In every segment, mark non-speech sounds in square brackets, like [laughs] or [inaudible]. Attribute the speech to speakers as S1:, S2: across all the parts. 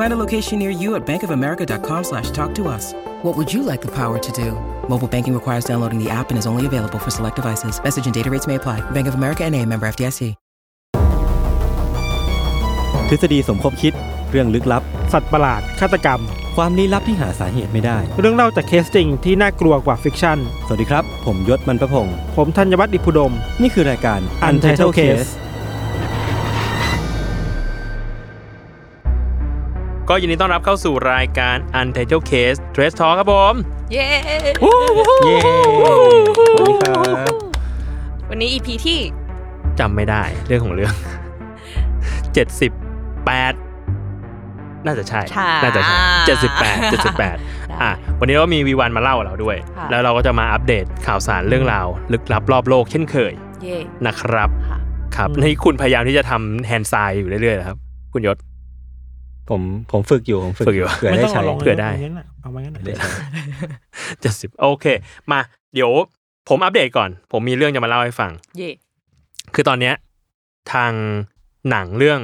S1: Find a location near you at bankofamerica.com slash talk to us. What would you like the power to do? Mobile banking requires downloading the app and is only available for select devices. Message and data rates may apply. Bank of America and a member FDIC.
S2: ทฤษฎีสมคบคิด เรื่องลึกลับ
S3: สัตว์ประหลาด ฆาตกรรม
S2: ความลี้ลับที่หาสาเหตุไม่ได้
S3: เรื่องเล่าจากเคสจริงที่น่ากลัวกว่าฟิกชั่น
S2: สวัสดีครับ ผมยศมันประพงศ์
S3: ผมธัญวัฒน์อิพุดม
S2: นี่คือรายการ Untitled Case
S4: ก็ยินดีต้อนรับเข้าสู่รายการ Untitled Case Trace Talk ครับผม
S5: เย้
S2: เย้สวัสดีครับ
S5: วันนี้ EP ที่
S4: จำไม่ได้เรื่องของเรื่อง 78 น่าจะใช่
S5: ใช่
S4: น่าจะใช่78 78 อ่ะ วันนี้เราก็มีวีวันมาเล่ากับเราด้วย
S5: ค่ะ
S4: แล้วเราก็จะมาอัปเดตข่าวสารเรื่องราว ลึกลับรอบโลกเช่นเคย
S5: เย่
S4: นะครับ
S5: ค่ะ
S4: ครับนี่คุณพยายามที่จะทำแฮนด์ไซน์อยู่เรื่อยๆนะครับ คุณยศ
S2: ผมผมฝึกอยู่ ผม
S4: ฝึ
S2: ฝึ
S4: กอยู่
S2: เผื่อ
S3: ไม่
S2: ได้
S3: ต้อง
S2: ใช้
S3: เอาลง
S4: เผื่อได้
S3: างั้นน่ะเอาไว้งั้นน่ะ
S2: ได้ใช้
S4: 70 โอเค มา เดี๋ยวผมอัปเดตก่อน ผมมีเรื่องจะมาเล่าให้ฟัง
S5: เย่
S4: คือตอนเนี้ยทางหนังเรื่อง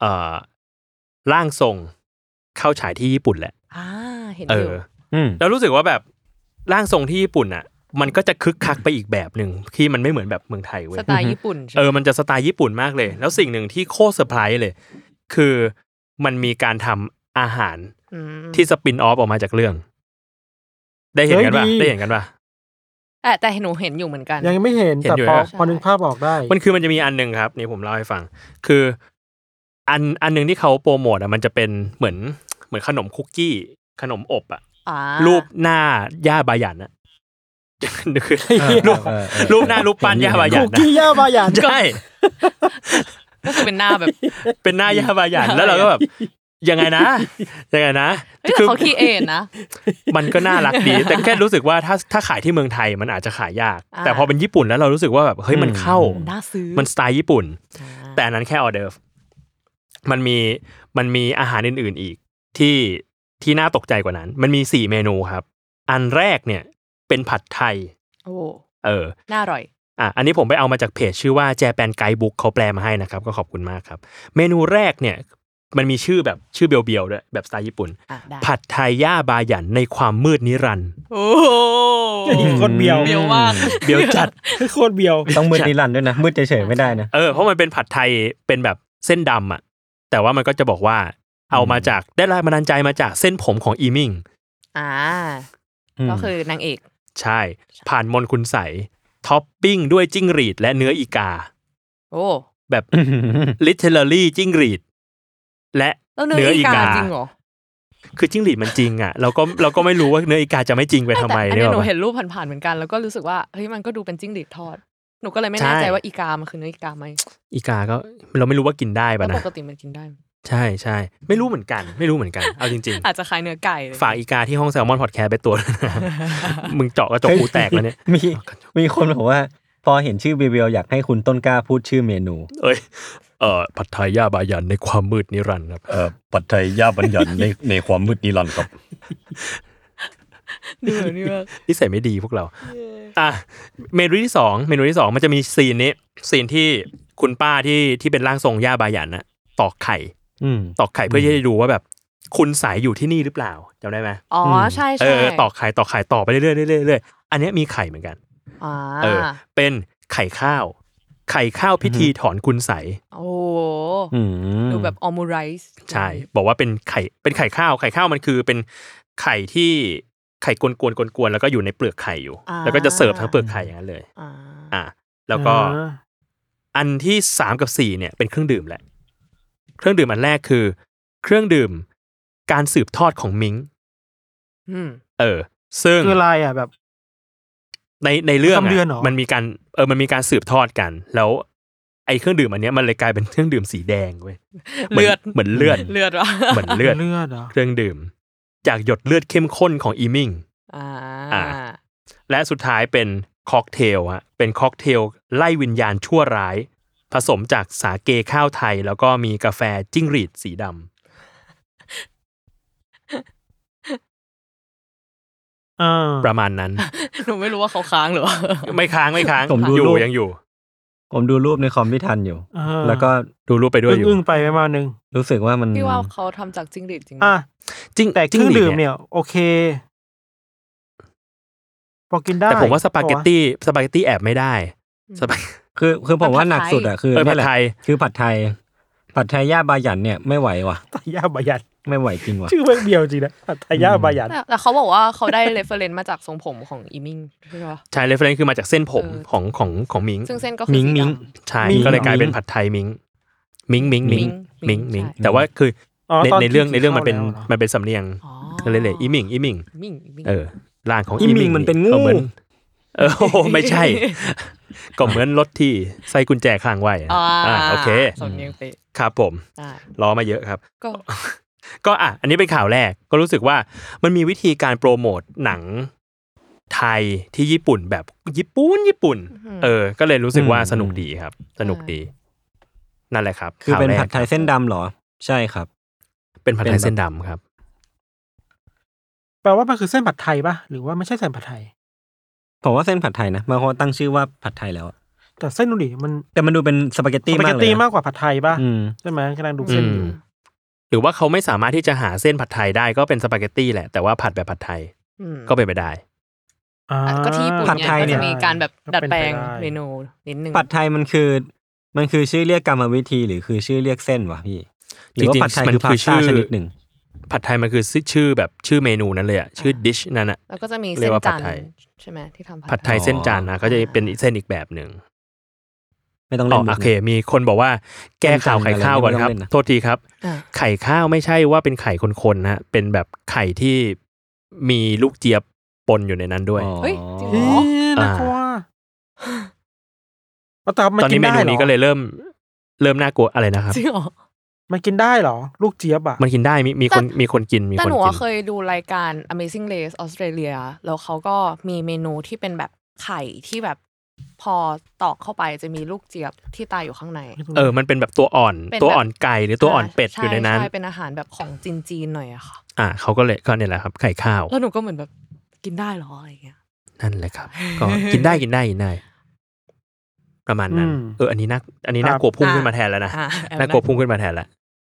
S4: เอ่อร่างทรงเข้าฉายที่ญี่ปุ่นแหละ
S5: อ่าเห็น
S4: เอ
S5: อยู่
S4: อ
S2: อืม
S4: แล้วรู้สึกว่าแบบร่างทรงที่ญี่ปุ่นอ่ะ มันก็จะคึกคักไปอีกแบบหนึ่งที่มันไม่เหมือนแบบเมืองไทยเว้ย
S5: สไตล์ญี่ปุ่นใช่ไหม
S4: เออมันจะสไตล์ญี่ปุ่นมากเลย แล้วสิ่งหนึ่งที่โคตรเซอร์ไพรส์เลย คือมันมีการทำอาหาร
S5: ม
S4: ที่สปินออฟออกมาจากเรื่อง ได้เห็นกันป่ะได้เห็นกันป่ะ
S5: อ่ะแต่หนูเห็นอยู่เหมือนกัน
S3: ยังไม่เห็น
S4: เห็น
S3: แต่
S4: อยู่
S3: พอ
S4: แล้ว
S3: พอนึกภาพออกได้
S4: มันคือมันจะมีอันหนึ่งครับนี่ผมเล่าให้ฟัง คือ อันอันหนึ่งที่เขาโปรโมทอ่ะมันจะเป็นเหมือนเหมือนขนมคุกกี้ ขนมอบอ่ะ
S5: อ่า
S4: รูปหน้าย่าบายันอ่ะคือ
S2: เออ
S4: รูป
S2: เออเออ
S4: [laughs] รูปหน้ารูปปั้นย่าบายั
S3: คุ
S4: น
S3: ก
S4: นะ
S3: กี้ย่าบายัน
S4: ใช่
S5: ก็คือเป็นหน้าแบบ
S4: เป็นหน้าย่าบายันแล้วเราก็แบบยังไงนะยังไงนะ
S5: เฮ้ยแต่เขาคิดเองนะ
S4: มันก็น่ารักดี แต่แค่รู้สึกว่าถ้าถ้าขายที่เมืองไทยมันอาจจะขายยาก
S5: อ่า
S4: แต่พอเป็นญี่ปุ่นแล้วเรารู้สึกว่าแบบเฮ้ยมันเข้า
S5: น่าซื้อ
S4: มันสไตล์ญี่ปุ่น
S5: อ่า
S4: แต่อันนั้นแค่ออเดอร์ฟมันมีมันมีอาหารอื่น ๆ อีกที่ที่น่าตกใจกว่านั้น มันมีสี่เมนูครับ อันแรกเนี่ยเป็นผัดไทย
S5: โอ้
S4: เออ
S5: น่าอร่อย
S4: อ่ะ อันนี้ผมไปเอามาจากเพจชื่อว่าแจแปนไกด์บุ๊กเขาแปลมาให้นะครับ ก็ขอบคุณมากครับ เมนูแรกเนี่ย มันมีชื่อแบบชื่อเบียวๆด้วยแบบสไตล์ญี่ปุ่น
S5: อ่ะได้
S4: ผัดไทยย่าบาหยันในความมืดนิรั
S3: [laughs]
S4: นดร์
S5: โอ้โห
S3: โคนเบียว
S5: เบียวมาก
S4: เบียวจัด
S3: โคตรเบียว
S2: ต้องมืดนิรันดร์ด้วยนะ มืดเฉยๆไม่ได้นะ
S4: เออเพราะมันเป็นผัดไทยเป็นแบบเส้นดำอ่ะ แต่ว่ามันก็จะบอกว่า เอามาจากได้แรงบันดาลใจมาจากเส้นผมของอีมิง
S5: อ่า
S2: อืม
S5: ก็คือนางเอก
S4: ใช่ ผ่านมนต์คุณใสยท็อปปิ้งด้วยจิ้งหรีดและเนื้ออีกา
S5: โอ้
S4: แบบ
S5: [laughs]
S4: literally จิ้งหรีด และ
S5: แล้วเนื้ออีกาจริงเหรอ
S4: คือจิ้งหรีดมันจริงอ่ะเราก็เราก็ไม่รู้ว่าเนื้ออีกาจะไม่จริงไปทำไม
S5: แต่อัน
S4: เนี่
S5: เนี้
S4: ยห
S5: ยห
S4: ร
S5: นู
S4: อ
S5: เห็นรูปผ่านๆเหมือนกันแล้วก็รู้สึกว่าเฮ้ยมันก็ดูเป็นจิ้งหรีดทอด หนูก็เลยไม่
S4: ใช่
S5: แน่ใจว่าอีกามันคือเนื้ออีกาไหม
S4: อีกาก็เราไม่รู้ว่ากินได้
S5: แล้
S4: ปะ
S5: วป
S4: นะ
S5: กติมันกินได้
S4: ใช่ใช่ไม่รู้เหมือนกัน ไม่รู้เหมือนกันเอาจริง
S5: อาจจะคล้ายเนื้อไก่เลย
S4: ๆ ฝากอีกาที่ห้องแซลมอนพอดแคสต์ไปตัวจด้วย
S5: [laughs]
S4: นะมึงเจาะกระจกกูแตกแล้วเนี่ย
S2: มีมีคนบอกว่า พอเห็นชื่อเบียวๆอยากให้คุณต้นกล้าพูดชื่อเมนู
S4: เอ้ย เอ่อ ผัดไทยย่าบายันในความมืดนิรันดร์ครับ
S6: เอ่อปัจจัยย่าบัญญัติใน [laughs] ในความมืดนิรันดร์ครับ
S5: เนื้อเนื้อ
S4: นิสัยไม่ดีพวกเรา อ่ะ เมนูที่สอง เมนูที่สองมันจะมีซีนนี้ ซีนที่คุณป้าที่ที่เป็นร่างทรงย่าบายันนะตอกไข่
S2: อืม
S4: ตอกไข่เพื่อที่จะดูว่าแบบ คุณสายอยู่ที่นี่หรือเปล่าจำได้ไหม
S5: อ๋อใช่
S4: เอ
S5: ใช่
S4: อ ตอกไข่ ตอกไข่ต่อไปเรื่อยๆเรื่อยๆเรื่อยๆอันเนี้ยมีไข่เหมือนกัน
S5: อ่า
S4: เออ เป็นไข่ข้าว ไข่ข้าวพิธีถอนคุณใสย
S5: โอ้โห
S2: อืม
S5: ดูแบบออมูไรส์
S4: ใช่ บอกว่าเป็นไข่ เป็นไข่ข้าว ไข่ข้าวมันคือเป็นไข่ที่ ไข่กวนๆกวนๆแล้วก็อยู่ในเปลือกไข่อยู่
S5: อ่า
S4: แล้วก็จะเสิร์ฟทั้งเปลือกไข่อย่างนั้นเลย
S5: อ่า
S4: อ่ะแล้วก็
S3: อ่า
S4: อันที่สามกับสี่เนี่ยเป็นเครื่องดื่มแหละ เครื่องดื่มอันแรกคือ เครื่องดื่มการสืบทอดของมิง
S5: อืม
S4: เออ ซึ่ง
S3: คืออะไรอ่ะแบบ
S4: ในในเรื่อง
S3: ประจำเดือน
S4: อะ
S3: เหรอ
S4: มันมีการเออมันมีการสืบทอดกัน แล้วไอ้เครื่องดื่มอันเนี้ยมันเลยกลายเป็นเครื่องดื่มสีแดงเว้ยหมืน
S5: เลือด
S4: เหมือนเลือด
S5: เลือดวะ
S4: เหมือนเลือด
S3: เลือดเหรอ
S4: เครื่องดื่ม จากหยดเลือดเข้มข้นของอีมิง
S5: อ่า
S4: อ่า และสุดท้ายเป็นค็อกเทลฮะเป็นค็อกเทลไล่วิญญาณชั่วร้าย ผสมจากสาเกข้าวไทย แล้วก็มีกาแฟจิ้งหรีดสีด
S3: อ่า
S4: ำประมาณนั้น
S5: หนูไม่รู้ว่าเขาค้างหรือว่า
S4: ไม่ค้างไม่ค้าง
S2: ผมดู
S4: อยู่
S2: รูป
S4: ยังอยู่
S2: ผมดูรูปในคอมไม่ทันอยู่
S3: อ่า
S2: แล้วก็
S4: ดูรูปไปด้วยอยู่
S3: อึ้งๆไปประมาณหนึง
S2: รู้สึกว่ามัน
S5: พี่ว่าเขาทำจากจิ้งหรีดจริงไหม
S3: อ่ะ
S4: จิ้ง
S3: แต่เค
S4: จิ้
S3: รื่อง
S4: ห
S3: ดื่
S4: ด
S3: ม
S4: เนี่ย
S3: เนี่ย โอเคพอกินได้
S4: แต่ผมว่าสปาเกตตี้สปาเกตตี้แอบไม่ได้สปา
S2: คือคือผมว่าหนักสุดอ่ะคือ
S4: เออผั
S2: นี่
S4: ด
S2: แหละ
S4: ไทย
S2: คือผัดไทย ผัดไทยย่าบาหยันเนี่ยไม่ไหวว่ะ
S3: ทายาบายัน
S2: ไม่ไหวจริงว่ะ
S3: ชื่อแม่งเบียวจริงนะทายาบายัน
S5: แต่แต่เขาบอกว่าเขาได้เรฟเฟรนซ์มาจากทรงผมของอีมิงใช่ปะ
S4: ใช่เรฟเฟรนซ์คือมาจากเส้นผม
S5: เออ
S4: ของของของมิง
S5: ซึ่งเส้นก็คือ
S2: มิง
S5: สีดำ
S2: มิง
S4: ใช่
S3: มิง
S4: ก็เลยกลายเป็น
S2: มิง
S4: ผัดไทยมิงมิงมิงมิงมิ
S5: มิ
S4: ง
S5: ง
S4: มิง
S5: ใช่
S4: แต่ว่าคือ
S3: อ๋อ
S4: ใน
S3: ต
S4: ในเรื่องในเรื่อง
S3: กิ
S4: มันเป็น
S3: ข้าวแล้วหรอ
S4: มันเป็นสำเนียง
S5: อ๋อ
S4: เลยเลยอีมิงอีมิง
S5: มิงมิง
S4: เออร่างของ
S2: อีมิงมันเป็นงู
S4: ก็หอเออโอ้โหไม่ใช่ ก็เหมือนรถที่ใส่กุญแจค้างไว้
S5: อ่า
S4: อ่าโอเค
S5: สำเนียงเป๊ะ
S4: ครับผม
S5: ได้
S4: รอมาเยอะครับ
S5: ก็
S4: ก็อ่ะ อันนี้เป็นข่าวแรกก็รู้สึกว่ามันมีวิธีการโปรโมทหนังไทยที่ญี่ปุ่นแบบญี่ปุ่นญี่ปุ่น
S5: อืม
S4: เออ ก็เลยรู้สึกว่า
S2: อืม
S4: สนุกดีครับ สนุกดี นั่นแหละครับ
S2: คือ
S4: ข่าว
S2: เป็น
S4: แรก
S2: ผัดไทยเส้นดำเหรอ ใช่ครับ
S4: เป็นผัดไท
S2: เป็น
S4: ย
S2: แบบ
S4: เส้นดำครับ
S3: แปลว่ามันคือเส้นผัดไทยป่ะ หรือว่าไม่ใช่เส้นผัดไทย
S2: ผมว่าเส้นผัดไทยนะบางคนตั้งชื่อว่าผัดไทยแล้วอะ
S3: แต่เส้นดูดิมัน
S2: แต่มันดูเป็นสปาเกต
S3: ส
S2: ตี้
S3: ปา
S2: มา
S3: เก
S2: ก
S3: ต
S2: เลย
S3: ตี้
S2: นะ
S3: มากกว่าผัดไทยป่ะ
S2: อืม
S3: ใช่ไหมกำลังดู
S4: อื
S3: เส้นอยู่
S4: มหรือว่าเขาไม่สามารถที่จะหาเส้นผัดไทยได้ก็เป็นสปาเกตตี้แหละ แต่ว่าผัดแบบผัดไทย
S5: อืม
S4: ก็เป็นไปได้
S3: อ่า
S5: อ่ะก็ที่ญี่ปุ่น
S2: ผัดไทย
S5: ก็
S2: เนี่ย
S5: จะมีการแบบดัดแปลง
S3: ก็
S5: เม
S3: ป็นไปไ
S5: นูนิดนึง
S2: ผัดไทยมันคือ มันคือชื่อเรียกกรรมวิธีหรือคือชื่อเรียกเส้นวะพี่หรือว่า
S4: จริงๆ
S2: ผัดไทย
S4: มัน
S2: คือพา
S4: คือ
S2: ส
S4: ชื่
S2: ต้า
S4: อ
S2: ชนิดหนึ่ง
S4: ผัดไทยมันคือชื่อแบบชื่อเมนูนั้นเลยอะชื่อดิชนั่นอะ
S5: แล้วก็จะมี
S4: เรี
S5: เส้
S4: ย
S5: น
S4: กว่าผั
S5: จั
S4: ด
S5: นทร์
S4: ไทย
S5: ใช่ไหมที่ทำ
S4: ผัดไทยเส้นจานทร์นะก็จะเป็นอีกเส้นอีกแบบหนึ่ง
S2: ไม่ต้อง
S4: อ๋
S2: เล่
S4: อน
S2: มุก
S4: โอ
S2: นะ
S4: เค มีคนบอกว่าแก้ข่าวไข่ข้าวก่อนครับ
S2: ไม่ต้องเล่นนะ
S4: โทษทีครับ
S5: อ่ะ
S4: ไข่ข้าวไม่ใช่ว่าเป็นไข่คนๆนะฮะเป็นแบบไข่ที่มีลูกเจี๊ยบปนอยู่ในนั้นด้วย
S2: อ๋อ
S5: เฮ้ยจริง
S3: เอ๊ะ
S5: เหรอ
S3: น่ากลัวเอาแต่มัน
S4: ตอน
S3: กิ
S4: นี้
S3: น
S4: เม
S3: ได้
S4: นู
S3: เหร
S4: นี้
S3: อ
S4: ก็เลยเริ่มเริ่มน่ากลัวอะไรนะครับ
S5: จริงเหรอ
S3: มันกินได้เหรอ ลูกเจี๊ยบอ่ะ
S4: มันกินได้มีมีคน
S5: แต่
S4: มีคนกินมี
S5: แต่
S4: คน
S5: หนู
S4: กิ
S5: อะ
S4: น
S5: เคยดูรายการ Amazing Race Australia แล้วเขาก็มีเมนูที่เป็นแบบไข่ที่แบบพอตอกเข้าไปจะมีลูกเจี๊ยบที่ตายอยู่ข้างใน
S4: เออ มันเป็นแบบตัวอ่อน
S5: เป็น
S4: ตัว
S5: แบบ
S4: อ่อนไก่หรือตัวอ่อนเป็ดอยู่ในนั้น
S5: ช่ช่เป็นอาหารแบบของจีนๆหน่อยอะค่ะ
S4: อ่าเขาก็เลยก็เนี่ยแหละครับ ไข่ข้าว
S5: แล้วหนูก็เหมือนแบบกินได้เหรออะไรอย่างเงี้ย
S4: นั่นแหละครับ ก็กินได้กินได้กินได้ ประมาณนั้น เออ อันนี้น่าอันนี้น่ากลัวพุ่งขึ้นมาแทนแล้วนะ
S5: อ่ะแอบ
S4: น่ากลัวพุ่งขึ้นมาแทนแล้ว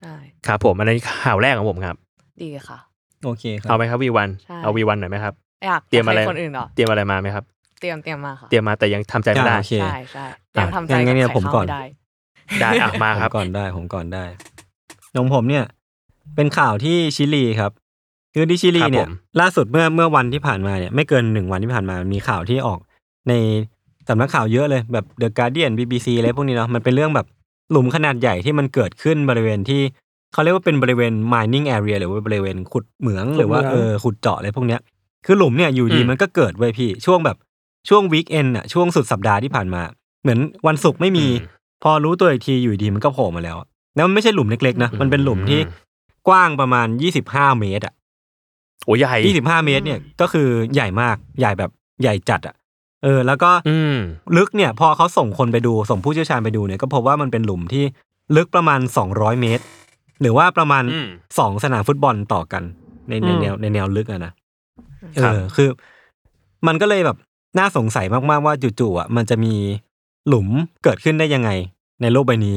S5: ได้
S4: ครับผมอันนี้ข่าวแรกของผมครับ
S5: ดีค่ะ
S2: โอเคครั
S4: เอา
S2: บ
S4: ไหมครับวีวัน
S5: ใช่
S4: เอาวีวันหน่อยไหมครับ
S5: อยาก
S4: เตรียมอะไร
S5: ให้คนอื่นเหรอ
S4: เตรียมอะไรมาไหมครับ
S5: เตรียมเตรียมมาค่ะ
S4: เตรียมมาแต่ยังทำใจไม่ได้
S2: อ่าโอเค
S5: ใช่ใช่เตรียมทำใจ
S2: งั้นงั้นเนี่ย
S5: กับไข่
S2: ผม
S5: ข้าว
S2: ก่อน
S5: ไได้
S4: ได้อ่ะมา
S2: ผม
S4: ครับ
S2: ก่อนได้ผมก่อนได้ของผมเนี่ย เป็นข่าวที่ชิลีครับ คือที่ชิลี
S4: ครับ
S2: เนี่ย
S4: ผม
S2: ล่าสุดเมื่อเมื่อวันที่ผ่านมาเนี่ย ไม่เกินหนึ่งวันที่ผ่านมามันมีข่าวที่ออก ในสำนักข่าวเยอะเลยแบบเดอะการ์เดียนบีบซีอะไรพวกนี้เนาะมันเป็นเรื่องแบบหลุมขนาดใหญ่ที่มันเกิดขึ้นบริเวณที่เขาเรียกว่าเป็นบริเวณ mining area หรือว่าบริเวณขุดเหมืองหรือว่าเออขุดเจาะอะไรพวกเนี้ย คือหลุมเนี่ยอยู่ดี
S4: อืม
S2: มันก็เกิดไว้ยพี่ ช่วงแบบช่วงวีคเอนอะช่วงสุดสัปดาห์ที่ผ่านมา เหมือนวันศุกร์ไม่มี พอรู้ตัวอีกทีอยู่ดีมันก็โผล่มาแล้วอะแล้วมันไม่ใช่หลุมเล็กๆนะมันเป็นหลุมที่กว้างประมาณ 25 เมตรอะ
S4: โอ้ใหญ่
S2: ยี่สิบห้าเมตรเนี่ยก็คือใหญ่มากใหญ่แบบใหญ่จัดอ่ะเออ แล้วก็
S4: อืม
S2: ลึกเนี่ยพอเขาส่งคนไปดูส่งผู้เชี่ยวชาญไปดูเนี่ยก็พบว่ามันเป็นหลุมที่ลึกประมาณ 200 เมตร หรือว่าประมาณ
S4: อืม
S2: สองสนามฟุตบอลต่อกันในใน
S3: อืม
S2: แนวในแนวลึกอะนะเอ
S4: ครับ
S2: อคือ มันก็เลยแบบน่าสงสัยมากๆว่าจู่ๆอ่ะมันจะมีหลุมเกิดขึ้นได้ยังไง ในโลกใบนี้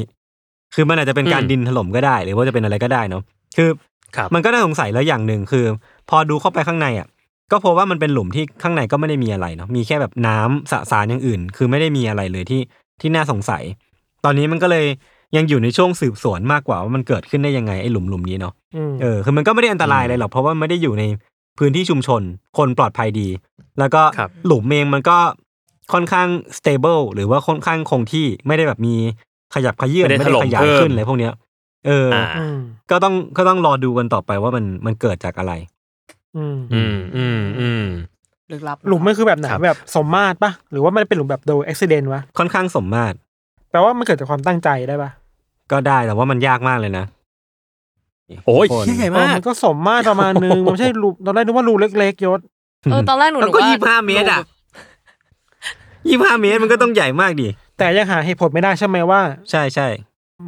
S2: คือมันอาจจะเป็นการ
S4: อืม
S2: ดินถล่มก็ได้ หรือว่าจะเป็นอะไรก็ได้เนาะคือ
S4: ครับ
S2: มันก็น่าสงสัยแล้วอย่างหนึ่งคือ พอดูเข้าไปข้างในอ่ะ ก็พบว่ามันเป็นหลุมที่ข้างในก็ไม่ได้มีอะไรเนาะมีแค่แบบน้ำสสารอย่างอื่น คือไม่ได้มีอะไรเลยที่ที่น่าสงสัย ตอนนี้มันก็เลยยังอยู่ในช่วงสืบสวนมากกว่าว่ามันเกิดขึ้นได้ยังไงไอ้หลุมหลุมนี้เนาะ
S3: ม
S2: เออคือมันก็ไม่ได้อันตรายอะไรหรอกเพราะว่าไม่ได้อยู่ใน พื้นที่ชุมชน คนปลอดภัยดี แล้วก็
S4: ครับ
S2: หลุมเองมันก็ค่อนข้าง stable หรือว่าค่อนข้างคงที่ไม่ได้แบบมีขยับขยื่น
S4: ไม่ได้ถล่ม
S2: ขยาย
S4: เพิ่ม
S2: ขึ้นอะไรพวกเนี้ยเอออ
S4: อ่า
S3: อืม
S2: ก็ต้องก็ต้องรอดูกันต่อไปว่ามันมันเกิดจากอะไร
S3: อืม
S4: อืมอืมอืม
S5: ลึกลับ
S3: หลุมมันคือแบบไหน
S4: ครับ
S3: แบบสมมาตรปะหรือว่ามันเป็นหลุมแบบโดยอุบิเหตุวะ
S2: ค่อนข้างสมมาตร
S3: แปลว่ามันเกิดจากความตั้งใจได้ปะ
S2: ก็ได้แต่ว่ามันยากมากเลยนะ
S4: โอ้ย
S2: คน
S4: ใหญ่
S3: เออ
S4: มาก
S3: มันก็สมมาตรประมาณนึงมันไม่ใช่รูตอนแรกนึกว่ารูเล็กๆยศ
S5: เอ
S2: [laughs]
S5: อตอนแรกหนู
S2: แล้ว
S5: นึ
S2: ก็
S5: ว่
S2: ยี่สิบห้าเมตรอ่ะ
S5: หลุ
S2: ยี่สิบห้าเมตรมันก็ต้องใหญ่มากดิ
S3: แต่ยังหาเหตุผลไม่ได้ใช่ไหมว่า
S2: ใช่ใช่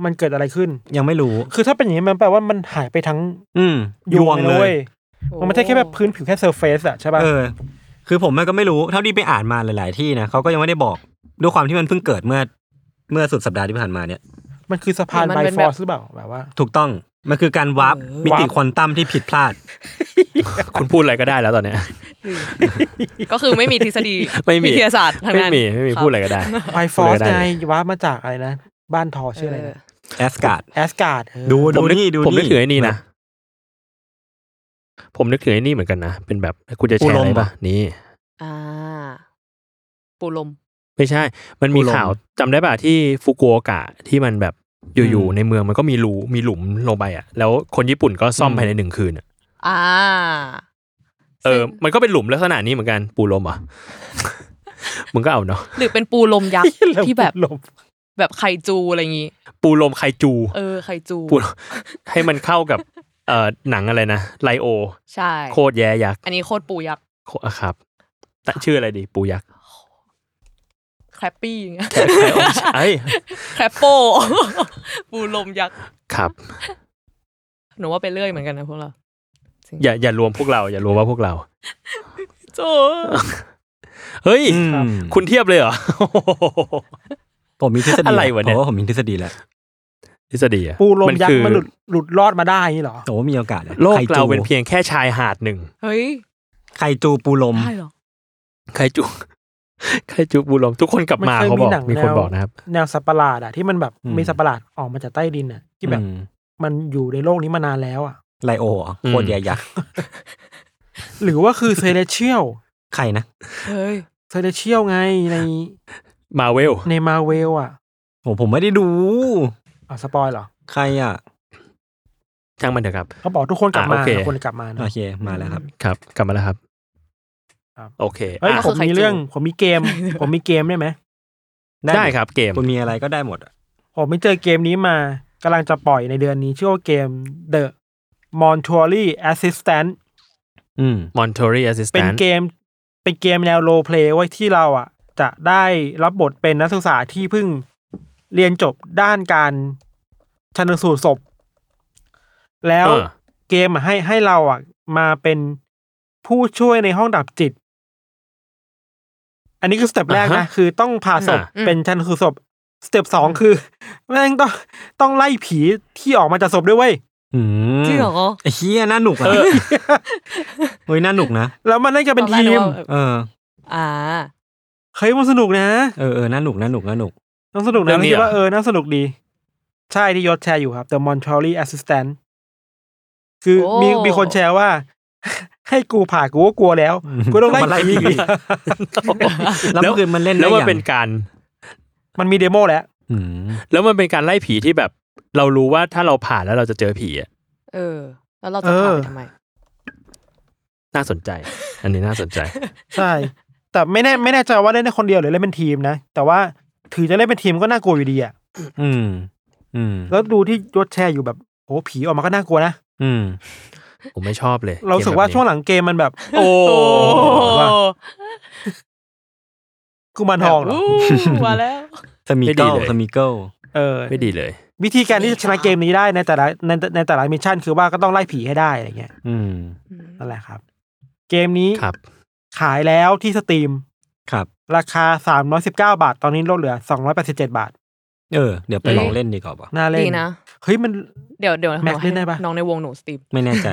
S3: มันเกิดอะไรขึ้น
S2: ยังไม่รู้
S3: คือถ้าเป็นอย่างนี้มันแปลว่ามันหายไปทั้ง
S2: อืมยวงเล
S3: นะ
S2: ย
S3: ว้
S5: โอ้
S3: มันไม่ใช่แค่แบบพื้นผิวแค่เซอร์เฟซอะใช่ป่ะ
S2: เออ คือผมก็ไม่รู้เท่าที่ไปอ่านมาหลาย ๆ ที่นะเขาก็ยังไม่ได้บอกด้วยความที่มันเพิ่งเกิดเมื่อ เมื่อสุดสัปดาห์ที่ผ่านมาเนี่ย
S3: มันคือสะพาน
S5: มัน
S3: ไบ
S5: เป็น
S3: ฟ
S5: แบ
S3: อบ ร์สหรือเปล่าแบบว่า
S2: ถูกต้องมันคือการวาร์ปมิติควอนตัมที่ผิดพลาด
S4: คุณพูดอะไรก็ได้แล้วตอนเนี้ย
S5: ก็คือไม่มีทฤษฎี
S4: ไม่มี
S5: วิทยาศาสตร์ทาง
S4: ไม่
S5: นั้น
S4: มีไม่มี
S5: คบ
S4: พูดอะไรก็ได้
S3: ไบฟอร์ส
S4: เลยก็ได้
S3: ไงว่ามาจากอะไรนะ บ้านทอชื่ออะไร
S5: เ
S3: นะ
S2: แอสการ์ด
S3: แอสการ์ด
S2: ดู
S4: ผ
S2: ดู
S4: มนึก
S2: นี่ดูนี่
S4: ผมนึกถึงไอ้นี่นะ ผมนึกถึงไอ้นี่เหมือนกันนะ เป็นแบบคุณจะแชร์อะไร
S2: ปูลมปะ
S4: ปะนี่
S5: อ่า ปูลม
S4: ไม่ใช่ มันมี
S2: ปูลม
S4: ข่าวจำได้ป่ะที่ฟุกุโอกะที่มันแบบอยู่
S2: อืม
S4: ๆในเมืองมันก็มีรูมีหลุมลงไปอ่ะ แล้วคนญี่ปุ่นก็ซ่อมภายในหนึ่งคืนอะ
S5: อ่า
S4: เออ
S5: ซึ่ง
S4: มันก็เป็นหลุมลักษณะนี้เหมือนกันปูลมเหร [laughs] อ่ะ มึงก็เอาเนาะ
S5: หรือเป็นปูลมยักษ์ ที่แบบ
S3: ลม
S5: แบบไคจูอะไรอย่างงี้
S4: ปูลมไคจู
S5: เออไคจู
S4: ปูลม ให้มันเข้ากับเอ่อหนังอะไรนะไลโอ
S5: ใช่
S4: โคตรแย่ยักษ์
S5: อันนี้โคตรปูยักษ์
S4: โคอ่ะครับแต่ชื่ออะไรดี ปูยักษ์ [laughs]
S5: แครปปี้อย่างเงี้ย [laughs]
S4: เอ้ย
S5: แครปโป [laughs] ปูลมยักษ์
S4: ครับ
S5: หนูว่าไปเรื่อยเหมือนกันนะพวกเรา
S4: อย่าอย่ารวมพวกเรา อย่ารวมว่าพวกเรา
S5: โจ
S4: เฮ้ย
S2: อืม
S4: คุณเทียบเลยเหรอ [laughs]
S2: ผมมีทฤษฎี
S4: อะไรวะเนี่ย
S2: ผมว่าผมมีทฤษฎีแล้ว
S4: ทฤษฎีอะ
S3: ปูลมยัก
S4: คื
S3: ษ์
S4: อ
S3: มันหลุดหลุดรอดมาได้นี่เหรอ
S2: โอ้มีโอกาสย
S4: โลก
S2: ไคจู
S4: เราเป็นเพียงแค่ชายหาดหนึ่ง
S5: เฮ้ย
S2: ไคจูปูลม
S5: ได้เหรอ
S4: ใครจุใครจุบูลมทุกคนกลับมา
S3: มันเคย
S4: เขาบอก
S3: มีหนัง
S4: มีคน
S3: แนว
S4: บอกนะครับ
S3: แนวสัตว์ประหลาดอะที่มันแบบ
S2: อืม
S3: มีสัตว์ประหลาดออกมาจากใต้ดินอะที่แบบ
S2: อืม
S3: มันอยู่ในโลกนี้มานานแล้วอะ
S2: ไลโอเหรอโคตรแย่ยักษ์
S3: หรือว่าคือเซเลเชี [laughs] ยล
S2: ใครนะ
S5: เฮ้ย
S3: เซเลเชียลไงใน
S4: มาเวล
S3: ในมาเวลอะ
S2: โอ้ผมไม่ได้ดู
S3: อ่ะสปอยเหรอ
S2: ใครอ่ะ
S4: ช่างมันเถอะครับ
S3: เขาบอกทุกคนกลับมา
S4: อ่ะโอเค
S3: ทุกคนกลับมานะ
S2: โอเค มาแล้วครับ
S4: ครับ กลับมาแล้วครับ
S3: ครับ
S4: โอเค
S3: เฮ้ย
S4: อ่ะ
S3: ผม
S5: ก็คือไข่
S3: มี
S5: จุ
S3: เรื่องผมมีเกม [laughs] ผมมีเกมได้ไหม
S4: ได้ครับเกม
S2: คุณมีอะไรก็ได้หมดอะ
S3: ผมไปเจอเกมนี้มากำลังจะปล่อยในเดือนนี้ชื่อว่าเกม The Montuori Assistant
S2: อืม
S4: Monterey
S3: เป็น
S4: Assistant
S3: เกมเป็นเกมแนวโรลเพลย์ไว้ยที่เราอ่ะ จะได้รับบทเป็นนักศึกษาที่เพิ่งเรียนจบด้านการชันสูตรศพ แล้ว
S4: เออ
S3: เกมอะให้ให้เราอ่ะ มาเป็นผู้ช่วยในห้องดับจิต อันนี้คือสเต็ปแรก
S4: อ่า
S3: นะ
S4: ฮะ
S3: คือต้องผ่าศพ
S4: อ่า
S5: อืม
S3: เป็นชันสูตรศพสเต็ปสองคือแม่งต้องต้องไล่ผีที่ออกมาจากศพด้วยเว้ย
S2: อืม
S5: จริงเหรอ
S2: ไอ้เฮียน่าหนุกอ่ะเฮ้ยน่าหนุกนะ
S3: แล้วมันเล่นกันเป็น
S5: ตอแร
S3: ทีม
S5: กว่าแบบ
S2: เออ
S5: อ่า
S3: เฮ้ยมันสนุกนะ
S2: เออเออน่าหนุกน่าหนุกน่าหนุก
S3: น่าสนุก
S4: เรื่
S3: นะ
S4: องนี้
S3: คิดว่า
S4: เหรอ
S3: เออน่าสนุกดี ใช่ที่ยศแชร์อยู่ครับ The Montreal Assistant คือ
S5: โอ้
S3: มีมีคนแชร์ว่า [laughs] ให้กูผ่ากูก็กลัวแล้ว กูต้อง
S2: มาไล่
S3: ไล่
S2: ผี
S3: ผี
S2: แล้วเมื่อคืนมันเล่นได้
S4: แล้วมัน
S2: ยัง
S4: เป็นการ
S3: มันมีเดโมแล้ว
S2: อืม
S4: แล้วมันเป็นการไล่ผีที่แบบ เรารู้ว่าถ้าเราผ่านแล้วเราจะเจอผีอะ
S5: เออ แล้วเราจะพาไปทำไม
S4: น่าสนใจ อันนี้น่าสนใจ
S3: ใช่ แต่ไม่แน่ไม่แน่ใจว่าเล่นได้คนเดียวหรือเล่นเป็นทีมนะ แต่ว่าถือจะเล่นเป็นทีมก็น่ากลัวอยู่ดีอะ
S2: อืม อืม
S3: แล้วดูที่ยศแชร์อยู่แบบโอ้ผีออกมาก็น่ากลัวนะ
S2: อืม
S4: ผมไม่ชอบเลย
S3: เรารู้สึกว่าช่วงหลังเกมมันแบบ
S4: โอ้
S5: โอ้
S3: ว่า กูมันทองเหรอ
S5: อู้มาแล้ว
S2: สมิเกิลสมิเกิล
S3: เออ
S4: ไม่ดีเลย
S3: วิธีการที่จะชนะเกมนี้ได้ในแต่ละในในแต่ละมิชชั่นคือว่าก็ต้องไล่ผีให้ได้อะไรเงี้ย
S2: อืม
S3: นั่นแหละครับ เกมนี้
S4: ครับ
S3: ขายแล้วที่สตรีม
S2: ครับ
S3: ราคา 319 บาท ตอนนี้ลดเหลือ 287 บาท
S2: เออ เดี๋ยวไปลองเล่นดีกว่าปะ
S3: น่าเล่น
S5: ดีนะ
S3: เฮ้ยมัน
S5: เดี๋ยวเดี๋ยว
S3: แม็กซ์
S5: ให้
S3: เล่นได้ปะ
S5: น้องในวงหนูสตรีม
S2: ไม่แน่ใจ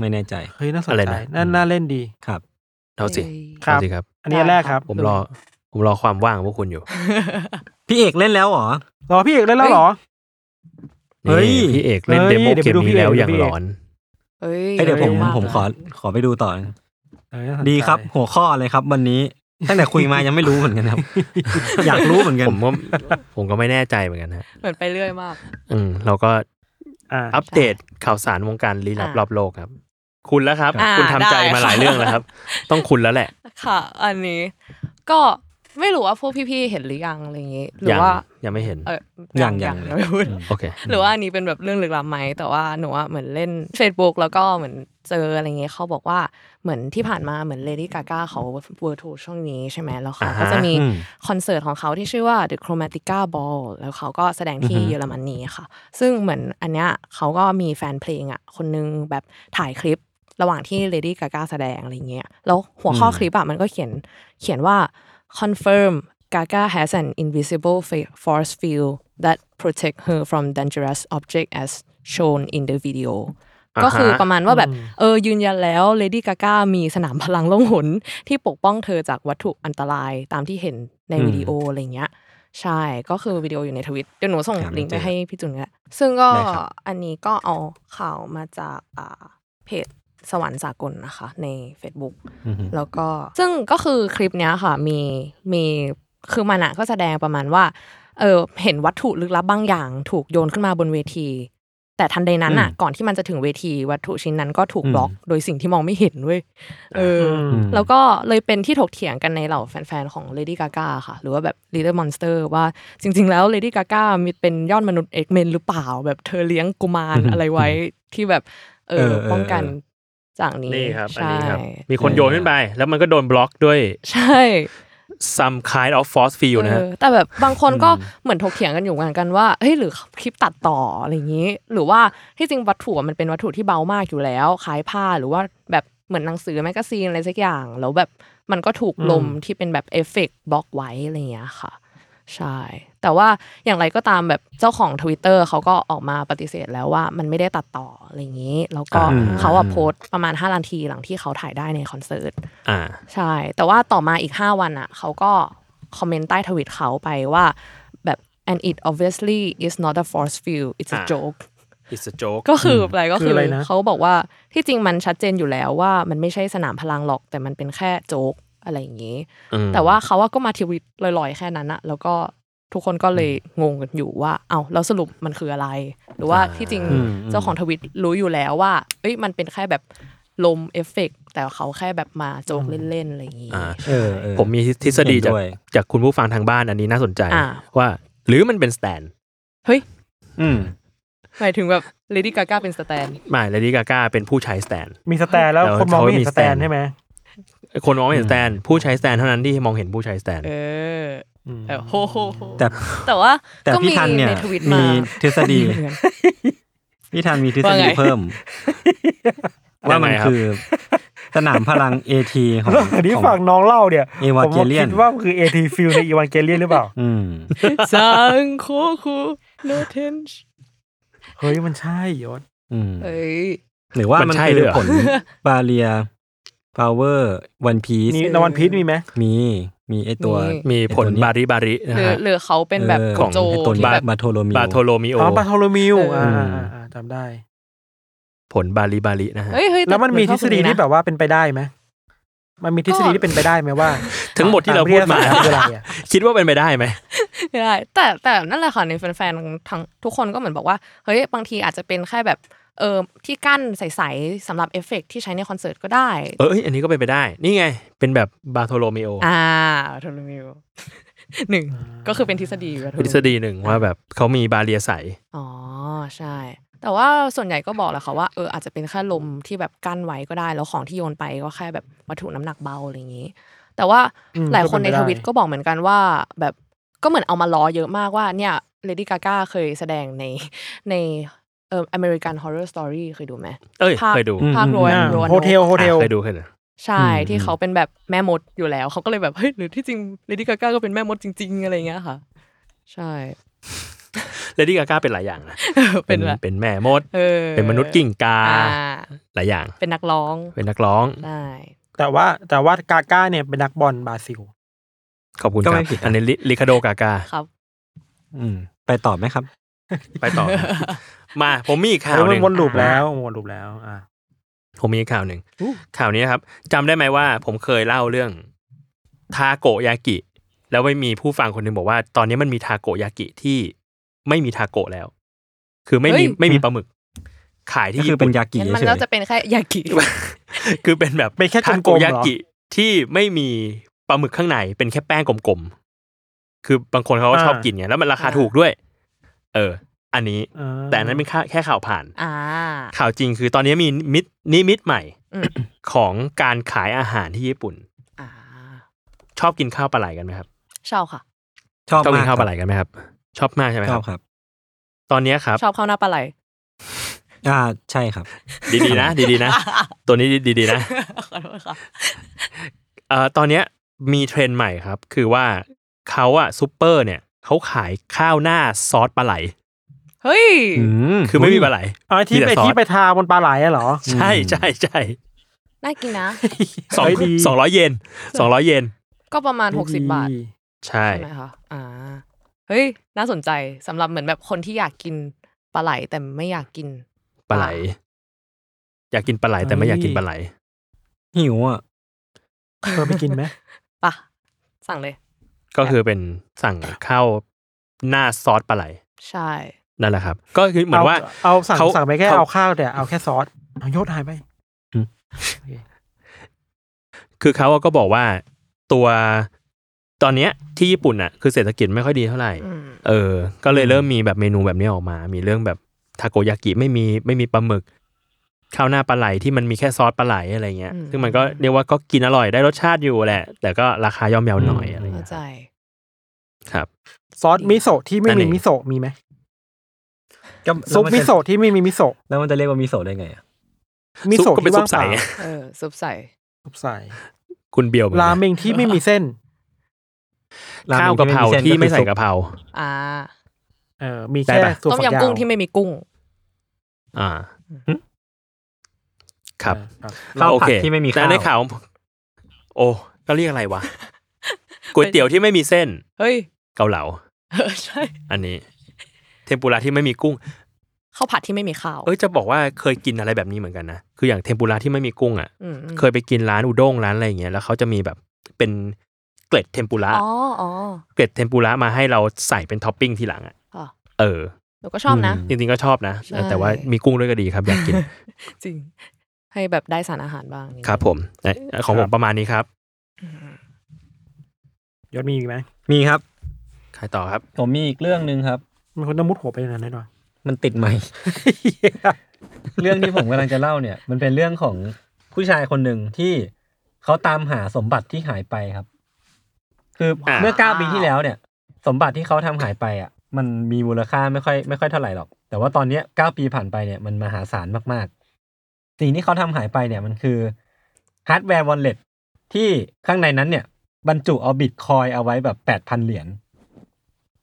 S2: ไม่แน่ใจ
S3: เฮ้ยน่าสน
S4: อะไร
S3: ใจ
S4: นะ
S3: น่าน่าเล่นดี
S2: ครับ
S4: เอาสิ
S3: ครั
S4: เอา
S3: บ
S4: สิครับ
S3: อันนี้อันแรกครับ
S4: ผมรอ ผมรอความว่างของพวกคุณอยู่
S2: พี่เอกเล่นแล้วเหรอ
S3: รอพี่เอกเล่นแล้วเหรอ
S2: เฮ้ย
S4: นี่พี่เอกเล่น
S3: เฮ้ย
S4: เดโม
S3: เดี๋ยว
S4: เก
S3: ไป
S4: ม
S3: ดูพี่เอ
S4: นี้
S3: ก
S4: แล้ว
S3: เดี๋ยว
S4: อย่าง
S3: พี่
S4: ห
S3: เอ
S4: ล
S3: ก
S4: อน
S7: เอ้ย
S2: เอ้ยเดี๋ยวผม
S3: เยอะมาก
S2: ผมขอขอไปดูต่อ
S3: เออน่าสนใจ
S2: ดีครับ หัวข้ออะไรครับ วันนี้ตั้งแต่คุยมายังไม่รู้เหมือนกันครับ อยากรู้เหมือนกัน
S4: ผมก็ผมก็ไม่แน่ใจเหมือนกันฮะ
S7: เหมือนไปเรื่อยมาก
S4: อืมเราก็
S3: อ่ะ
S4: อัปเดตข่าวสารวงการลี้ลับ
S7: อ่ะ
S4: รอบโลกครับ คุณแล้วครับ
S7: อ่า
S4: คุณทำใจ
S7: ได้
S4: มาหลาย
S7: ค่ะ
S4: เรื่องแล้วครับ ต้องคุณแล้วแหละ
S7: ค่ะ อันนี้ก็ไม่รู้ว่าพวกพี่ๆเห็นหรือยังอะไรอย่างงี้หรื
S4: ยั
S7: อว่า
S4: ยังไม่เห็น
S7: เออ
S2: ยังยัง
S7: ยังไม่พูด
S4: โอเค
S7: หรือว่าอันนี้เป็นแบบเรื่องลึกลับไหมแต่ว่าหนูว่าเหมือนเล่น Facebook แล้วก็เหมือนเจออะไรเงี้ยเขาบอกว่าเหมือนที่ผ่านมาเหมือนเลดี้กาก้าเขาเวอร์ทูช่วงนี้ใช่ไหมแล้วเขา
S4: อ่าฮะ
S7: ก็จะมี
S2: อืม
S7: คอนเสิร์ตของเขาที่ชื่อว่า The Chromatica Ball แล้วเขาก็แสดงที่เยอรมนีค่ะ ซึ่งเหมือนอันเนี้ยเขาก็มีแฟนเพลงอ่ะคนนึงแบบถ่ายคลิประหว่างที่เลดี้กาก้าแสดงอะไรเงี้ยแล้วหัวข้อคลิปอะมันก็เขียนเขียนว่า confirm Gaga has an invisible fa- force field that protect her from dangerous object as shown in the video ก็คือประมาณว่าแบบ เออ ยืนยันแล้วเลดี้กาก้ามีสนามพลังล่องหน ที่ปกป้องเธอจากวัตถุอันตรายตามที่เห็นในวิดีโออะไรเงี้ย ใช่ ก็คือวิดีโออยู่ในทวิตเดี๋ยวหนูส่ง
S2: ครับ
S7: ลิงก์ไป
S2: เจอ
S7: ให้พี่จุนก็ได้ซึ่งก็
S2: ได้ครับ
S7: อันนี้ก็เอาข่าวมาจากอ่าเพจสวรรค์สากลนะคะ ใน Facebook
S2: อือฮึ
S7: แล้วก็ซึ่งก็คือคลิปเนี้ยค่ะมีมีคือมันอะก็แสดงประมาณว่าเออเห็นวัตถุลึกลับบางอย่าง ถูกโยนขึ้นมาบนเวที แต่ทันใดนั้นอะ
S2: อืม
S7: ก่อนที่มันจะถึงเวทีวัตถุชิ้นนั้นก็ถูก
S2: อืม
S7: บล็อกโดยสิ่งที่มองไม่เห็นเว้ยเอออ
S3: ม
S2: อืม
S7: แล้วก็เลยเป็นที่ถกเถียงกันในเหล่าแฟนๆ ของ Lady Gaga ค่ะ หรือว่าแบบ Little Monster ว่าจริง ๆ แล้ว Lady Gaga มีเป็นยอดมนุษย์เอกเมนหรือเปล่า แบบเธอเลี้ยงกุมาร
S4: [laughs]
S2: อืม
S7: อะไรไว้ที่แบบเอ
S2: เอ
S7: อ
S2: อเออ
S7: ป้องกันจากนี้
S4: นี่ครับ อัน
S7: ใช่
S4: นี้ครับ มีคนโยนขึ้นไป แล้วมันก็โดนบล็อกด้วย
S7: ใช่
S4: some kind of force field นะฮะ
S7: เออแต่แบบบางคนก็เหมือนถกเถียงกันอยู่เหมือนกันว่าเฮ้ยหรือคลิปตัดต่ออะไรอย่างนี้ หรือว่าที่จริงวัตถุอะมันเป็นวัตถุที่เบามากอยู่แล้วคล้ายผ้าหรือว่าแบบเหมือนหนังสือแมกกาซีนอะไรสักอย่างแล้วแบบมันก็ถูกลม
S3: อืม
S7: ที่เป็นแบบเอฟเฟกต์บล็อกไว้อะไรอย่างเงี้ยค่ะ ใช่ แต่ว่าอย่างไรก็ตามแบบเจ้าของ Twitter เขาก็ออกมาปฏิเสธแล้วว่ามันไม่ได้ตัดต่ออะไรอย่างนี้ แล้วก็
S4: อ่า
S7: เขาอะโพสต์ประมาณ5นาทีหลังที่เขาถ่ายได้ในคอนเสิร์ต
S4: อ่า
S7: ใช่ แต่ว่าต่อมาอีก 5 วันอ่ะเขาก็คอมเมนต์ใต้ทวิตเขาไปว่าแบบ and it obviously is not a force field it's a
S4: อ่า
S7: joke
S4: it's a joke
S7: ก็คืออะไรก็
S3: คื
S7: คือ อ
S3: อะไรนะ
S7: เขาบอกว่าที่จริงมันชัดเจนอยู่แล้วว่ามันไม่ใช่สนามพลังหรอกแต่มันเป็นแค่โจ๊กอะไรอย่างนี้
S4: อืม
S7: แต่ว่าเขาว่าก็มาทวิตลอยๆ แค่นั้นอะแล้วก็ทุกคนก็เลยงงกันอยู่ว่า เอาแล้วสรุปมันคืออะไร หรือว่าที่จริง
S2: อืม
S7: เจ้าของทวิตรู้อยู่แล้วว่าเอ้ยมันเป็นแค่แบบลมเอฟเฟกต์แต่เขาแค่แบบมาโจกเล่นๆอะไรอย่างนี้
S4: อ่า
S2: เออเออ
S4: ผมมีทฤษฎีจา
S2: เห็
S4: ก
S2: นด้วย
S4: จากคุณผู้ฟังทางบ้านอันนี้น่าสนใจ
S7: อ่า
S4: ว่า หรือมันเป็น stand
S2: อืม
S7: หมายถึงแบบเลดี้กาก้าเป็นสแตน
S4: ไม่เลดี้กาก้าเป็นผู้ใช้ stand
S3: มีสแตนแล้ว
S4: เดี๋ยว
S3: คนมองไม่เห็น
S4: เขามี
S3: สแตน
S4: stand
S3: ใช่ไหม
S4: คนมองไม่เห็น stand ผู้ใช้ stand เท่านั้นที่มองเห็นผู้ใช้ stand
S7: เออ
S3: อืม
S7: เออโหโหโห
S2: แต่
S7: แต่ว่า
S2: แต่
S7: ก็
S2: พี่
S7: มี
S2: ทันเนี่ย
S7: ในทวิตมา
S2: มี
S7: ม
S2: ทฤษฎี พี่ทันมีทฤษ
S7: ว่า
S2: ฎี
S7: ไง
S2: เพิ่ม ว่ามัน
S4: ยังไงครับ
S2: คือสนามพลังเอทีของ
S3: แล้วอันนี้
S2: ของ
S3: ฝั่งน้องเล่าเนี่ย
S2: Evangelion
S3: ผมว่าคิดว่ามันคือเอทีฟิลในอีวานเกเลียนหรือเปล่า
S2: อืม
S7: สังโคคู no tension
S3: เฮ้ยมันใช่ยศ
S2: อืม
S7: เอ้ย
S2: หรือว่า
S4: มั
S2: มัน
S4: นใช่
S2: คื
S4: ด้ว
S2: อ
S4: ยเหรอ
S2: ผลบาเรียพาวเวอร์วันพีซ
S3: นี่นวันพีชมีไหม
S2: มีมีไอตัว
S7: มี
S4: มีผล
S2: ไอ้ตัวนี้
S4: บาริบาริ
S7: ห
S4: นะ
S7: รือ
S4: ฮะ
S7: หรือเขาเป็นแบบ
S2: เ
S7: กุโจ
S2: ไอ้ตัว
S7: ที่
S2: บา
S7: แบบ
S2: บาโทโลมิว
S4: บาโทโลมิโอ
S3: อ๋อบาโทโลมิวอ่า
S2: อืม
S3: อ่าอ่าจำได้
S4: ผลบาริบารินะฮะ
S7: เฮ้ยเฮ้ยต่
S3: แล้วมันมีทฤษฎีที่
S7: เห
S3: แบ
S7: อนชอบคนนี้นะ
S3: บว่าเป็นไปได้ไหมมันมีทฤษฎีที่เป็นไปได้ไหมว่า
S4: ทั้งหมดที่เราพูดมา
S3: ตวิทยศสตร์คืออะไรอะ
S4: คิดว่าเป็นไปได้ไหม
S7: ไม่ได้แต่แต่นั่นแหละค่ะในแฟนๆทั้งทุกคนก็เหมือนบอกว่าเฮ้ยบางทีอาจจะเป็นแค่แบบเออที่กั้นใสๆสำหรับเอฟเฟกต์ที่ใช้ในคอนเสิร์ตก็ได้
S4: เอ้ย อันนี้ก็เป็นไปได้ นี่ไง เป็นแบบบาโทโลมิโอ
S7: อ่าโทรมิวหนึ่งก็คือเป็นทฤษฎีอยู่แล้ว
S4: ทฤษฎีหนึ่งว่าแบบเขามีบาเรียใส
S7: อ๋อใช่ แต่ว่าส่วนใหญ่ก็บอกแหละค่ะว่าเอออาจจะเป็นแค่ลมที่แบบกั้นไว้ก็ได้ แล้วของที่โยนไปก็แค่แบบวัตถุน้ำหนักเบาอะไรอย่างนี้ แต่ว่า
S3: อืม
S7: หลายคนใน
S3: ก็เป็นไปได้
S7: ทวิตก็บอกเหมือนกันว่า แบบก็เหมือนเอามาล้อเยอะมากว่าเนี่ยเลดี้กาก้าเคยแสดงในในเอ่ออเมริกันฮอร์เรอร์สตอรี่เคยดูไหม
S4: เอ้ย
S7: ภาค
S4: เคยดู
S7: ภาคโรย
S3: อ่า
S7: โรน
S3: โฮเทลโฮเทล
S4: อ่ะเคยดูเคยดู
S7: ใช่
S2: อืม
S7: ที่เขาเป็นแบบแม่มดอยู่แล้ว เขาก็เลยแบบเฮ้ยหรือที่จริงเลดี้กาก้าก็เป็นแม่มดจริง ๆ อะไรอย่างเงี้ยค่ะ ใช่ [laughs]
S4: เลดี้กาก้าเป็นหลายอย่างนะ
S7: เป็นแบบ
S4: เป็นแม่มด
S7: เออ
S4: เป็นมนุษย์กิ่งกา
S7: อ่า
S4: หลายอย่าง
S7: เป็นนักร้อง
S4: เป็นนักร้อง
S7: ได้
S3: แต่ว่าแต่ว่ากาก้าเนี่ยเป็นนักบอลบราซิล
S4: ขอบคุณค
S2: ก็
S4: รั
S2: ไม่
S4: บ
S2: ผิด
S4: อันนี้ลิลิคาโดกาก้า
S7: ครับ
S2: อืม ไปต่อไหมครับ
S4: ไปต่อ มา ผมมีอีกข่า
S3: เฮ้
S4: ว
S3: มั
S4: ย หนึ่
S3: น
S4: ง
S3: วนลูปแล้ววนลูปแล้ว อ่ะ
S4: ผมมีอีกข่าวหนึ่งข่าวนี้ครับจำได้ไหมว่าผมเคยเล่าเรื่องทาโกยากิ แล้วไม่มีผู้ฟังคนหนึ่งบอกว่า ตอนนี้มันมีทาโกยากิที่ไม่มีทาโกะแล้ว คือไม่มี
S5: เฮ้ย
S4: ไม่มีปลาหมึก ขาย
S2: ก็
S4: ที่
S2: คือ
S4: ญี่
S2: เป็
S4: ปุ่
S2: น
S4: น
S2: ยากิ
S5: งั้น
S2: เฉ
S5: มัน
S2: ย
S5: ก็จะเป็นแค่ยากิ
S4: [laughs] คือเป็นแบบ
S3: เป็นแค่กล
S4: ทาม
S3: ๆ
S4: โกยา
S3: เหรอ
S4: กิที่ไม่มีปลาหมึกข้างใน เป็นแค่แป้งกลมๆ คือบางคนเขาก็ชอบกินไงแล้วมันราคา
S5: อ่า
S4: ถูกด้วย เออ อันนี้
S3: อ่า
S4: แต่อันนั้นเป็นแค่แค่ข่าวผ่าน
S5: อ่า
S4: ข่าวจริงคือตอนนี้มีมิตนิมิตใหม่
S5: อืม
S4: ของการขายอาหารที่ญี่ปุ่น
S5: อ่า
S4: ชอบกินข้าวปลาไหลกันไหมครับ
S5: ชอบค่ะ
S2: ๆชอบ
S4: ชอบกิ
S2: มาก
S4: นข้าวปลาไหลกันไหมครับ ชอบมากใช่ไหม
S2: ช
S4: ค
S2: อ
S4: รั
S2: บบ ครับ
S4: ตอนนี้ครับ
S5: ชอบข้าวหน้าปลาไหล
S2: อ่าใช่ครับ
S4: ดีๆนะ ดีๆนะ ตัวนี้ดีๆนะ
S5: ขอโทษค่ะ
S4: เอ่อตอนเนี้ยมีเทรนด์ใหม่ครับ คือว่าเขาอะซูเปอร์เนี่ยเขาขายข้าวหน้าซอสปลาไหล
S5: เฮ้ย
S2: อืม
S4: คือไม่มีปลาไหล
S3: เอาไอ้ที่
S4: มีแต่
S3: ไป
S4: ซอส
S3: ที่ไปทาบนปลาไหลอะเหรอ
S4: ใช่ใช่ใช่
S5: น่ากินนะ
S4: สอง
S3: เฮ้ยดี
S4: สองร้อยเยนสองร้อยเยน
S5: ก็ประมาณ 60 บาท
S3: ดี
S4: ใช่
S5: ใช่ไหมคะ อ่า เฮ้ย น่าสนใจสำหรับเหมือนแบบคนที่อยากกินปลาไหลแต่ไม่อยากกิน
S4: ปลาไหล อยากกินปลาไหลแต่ไม่อยากกินปลาไหล
S2: หิวอ่ะ
S3: เธอไปกินไหม
S5: ปะสั่งเลย
S4: ก็คือเป็นสั่งข้าวหน้าซอสปลาไหล
S5: ใช่
S4: นั่นแหละครับ ก็คือเหมือนว่า
S3: เอาสั่ง
S4: เขา
S3: สั่งไปแค่
S4: เขา
S3: เอาข้าวแต่เอาแค่ซอสเอายศหายไป
S4: คือเขาก็บอกว่าตัวตอนเนี้ยที่ญี่ปุ่นอะคือเศรษฐกิจไม่ค่อยดีเท่าไหร่
S5: อืม
S4: เออ ก็เลยเริ่มมีแบบเมนูแบบนี้ออกมา มีเรื่องแบบทาโกยากิไม่มีไม่มีปลาหมึก ข้าวหน้าปลาไหลที่มันมีแค่ซอสปลาไหลอะไรเงี้ย
S5: อืม
S4: ซึ่งมันก็เรียกว่าก็กินอร่อยได้รสชาติอยู่แหละ แต่ก็ราคาย่อมเยาหน่อย
S2: อืม
S4: อะไร
S5: เข้า
S4: เงี้ย
S5: ใจ
S4: ครับ
S3: ซอสมิโซะที่ไม่
S4: นั่น
S3: มี
S4: เอง
S3: มิโซะมีไหม
S2: ก็
S3: ซุปมิโซะที่ไม่มีมิโซะ
S2: แล้วมันจะเรียกว่ามิโซะได้ไงอ่ะ
S3: มิ
S4: ซุป
S3: โซะ
S4: ก็เป็
S3: ที่
S4: นซุ
S3: ว่าง
S4: ป
S3: เป
S4: ใส
S3: ล่า
S4: อะ
S5: เออ ซุปใส่
S3: ซุปใส
S4: คุณเบียวเหมือน
S3: รา
S4: กัน
S3: เมงที่ไม่มีเส้น
S4: ข้าวกะเพราที่ไม่ใส่กะเพรา
S5: อ่า
S3: เออมี
S4: ได้
S3: แค่
S4: ปะ
S3: ถั่ว
S5: ต้ม
S3: ฝักยาวย
S5: ำกุ้งที่ไม่มีกุ้ง
S4: อ่า ครับ
S3: เออ
S2: ข้าว
S4: โอ
S2: ผัด
S4: เค
S2: ที่ไม่มี
S4: แต่
S2: ข้าว
S4: ในข่าว โอ้ ก็เรียกอะไร
S2: [laughs]
S4: วะ ก๋วยเตี๋ยวที่ไม่มีเส้น
S5: เฮ้ย [laughs]
S4: เกาเหลา
S5: เออ ใช่
S4: อันนี้ เทมปุระที่ไม่มีกุ้ง
S5: ข้าวผัดที่ไม่มีข้าว
S4: เอ้ยจะบอกว่าเคยกินอะไรแบบนี้เหมือนกันนะ คืออย่างเทมปุระที่ไม่มีกุ้งอ่ะ
S5: อืม
S4: เคยไปกินร้านอุด้งร้านอะไรอย่างเงี้ย แล้วเขาจะมีแบบเป็นเกล็ดเทมปุระ
S5: อ๋ออ๋อ
S4: เกล็ดเทมปุระมาให้เราใส่เป็นท็อปปิ้งทีหลังอ่ะ
S5: อ่ะ
S4: เออ
S5: หนูก็ชอบนะ
S4: จริงๆก็ชอบนะ
S5: ใช่
S4: แต่ว่ามีกุ้งด้วยก็ดีครับอยากกิน
S5: จริง ให้แบบได้สารอาหารบ้างนิดนึง
S4: ครับ ผมเอ้ยของผมประมาณนี้ครับ
S5: อืม
S3: ยศมีอีกไหม
S2: มีครับ
S4: ใครต่อครับ
S2: ผมมีอีกเรื่องหนึ่งครับ
S3: มันคนต้องมุดหัวไปอย่างนั้นแน่นอน
S2: มันติดไหมค์ เรื่องที่ผมกำลังจะเล่าเนี่ย มันเป็นเรื่องของผู้ชายคนหนึ่งที่เขาตามหาสมบัติที่หายไปครับ คือ
S4: ว้าว
S2: เมื่อเก้าปีที่แล้วเนี่ย สมบัติที่เขาทำหายไปอ่ะ มันมีมูลค่าไม่ค่อยไม่ค่อยเท่าไหร่หรอก แต่ว่าตอนเนี้ยเก้าปีผ่านไปเนี่ยมันมหาศาลมากๆ สิ่งที่เขาทำหายไปเนี่ยมันคือฮาร์ดแวร์วอลเล็ตที่ข้างในนั้นเนี่ย บรรจุเอาบิตคอยเอาไว้แบบแปดพันเหรียญ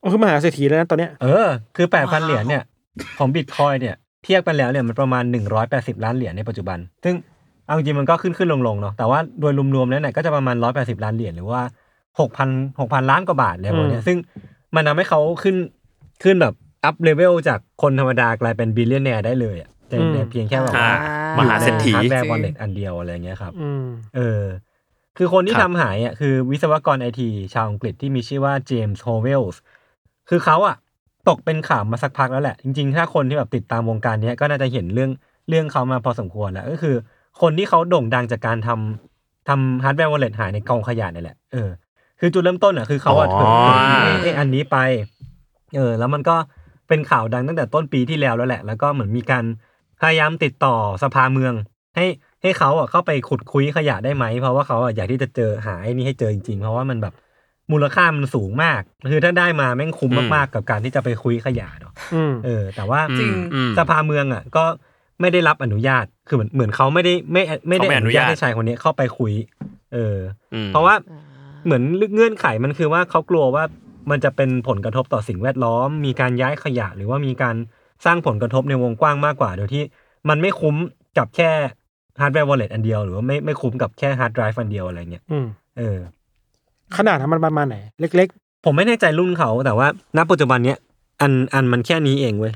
S3: โอ้คือมหาเศรษฐีแล้วนะตอนเนี้ย
S2: เออ คือแปดพันเหรียญเนี่ย ของบิตคอยเนี่ย เทียบกันแล้วเนี่ยมันประมาณหนึ่งร้อยแปดสิบล้านเหรียญในปัจจุบัน ซึ่งเอาจริงๆมันก็ขึ้นขึ้นลงลงๆเนาะ แต่ว่าโดยรวมๆแล้วเนี่ยก็จะประมาณร้อยแปดสิบล้านเหรียญหรือว่าหกพันหกพันล้านกว่าบาทแล้วเนี่ย ซึ่งมันทำให้เขาขึ้นขึ้นแบบอัพเลเวลจากคนธรรมดากลายเป็นบิลเลียนแนร์ได้เลยอ่ะในในเพียงแค่แบบ
S4: อ่า
S2: ว่า
S4: มาหาเศรษฐี
S2: ฮาร์ดแวร์วอลเล็ตอันเดียวอะไรเงี้ยครับ
S3: อืม
S2: เออ คือคนที่
S4: ครั
S2: ทำ
S4: บ
S2: หายอ่ะคือวิศวกรไอที ชาวอังกฤษที่มีชื่อว่าเจมส์โฮเวลส์คือเขาอ่ะ ตกเป็นข่าวมาสักพักแล้วแหละ จริงๆ ถ้าคนที่แบบติดตามวงการเนี้ยก็น่าจะเห็นเรื่องเรื่องเขามาพอสมควรแล้ว ก็คือ คนที่เขาโด่งดังจากการทำทำฮาร์ดแวร์วอลเล็ตหายในกองขยะนี่แหละเออคือจุดเริ่มต้นอ่ะคือเขาอะ
S4: อ๋
S2: เผย
S4: อ
S2: ไอ้อันนี้ไป เออ แล้วมันก็เป็นข่าวดังตั้งแต่ต้นปีที่แล้วแล้วแหละ แล้วก็เหมือนมีการ พยายามติดต่อสภาเมือง ให้ให้เขาอ่ะเข้าไปขุดคุยขยะได้ไหม เพราะว่าเขาอ่ะอยากที่จะเจอหาไอ้นี่ให้เจอจริงๆ เพราะว่ามันแบบมูลค่ามันสูงมาก คือถ้าได้มาแม่งคุ้ม
S4: อืม
S2: มากๆ กับการที่จะไปคุยขยะเนาะ
S3: อืม
S2: เออ แต่ว่า
S4: อืมอืม
S2: สภาเมืองอ่ะ ก็ไม่ได้รับอนุญาตคือเหมือนเหมือนเขาไม่ได้ไม่ไม่ได้
S4: เขา
S2: อ
S4: ไม่อนุ
S2: นุญาต
S4: ญาต
S2: ให้ชายคนนี้เข้าไปคุย เอออ
S4: อืม
S2: เพราะว่า
S5: อ่า
S2: เหมือนเงื่อนไขมันคือว่าเขากลัวว่ามันจะเป็นผลกระทบต่อสิ่งแวดล้อม มีการย้ายขยะ หรือว่ามีการสร้างผลกระทบในวงกว้างมากกว่าโดยที่มันไม่คุ้มกับแค่ฮาร์ดแวร์วอลเล็ตอันเดียวหรือว่าไม่ไม่คุ้มกับแค่ฮาร์ดไดรฟ์อันเดียวอะไรเงี้ย
S3: อืม
S2: เออ
S3: ขนาดนั้นมันประมาณไหน เล็ก
S2: ผมไม่แน่ใจรุ่นเขาแต่ว่าณปัจจุบันเนี้ยอันอันมันแค่นี้เองเว้ย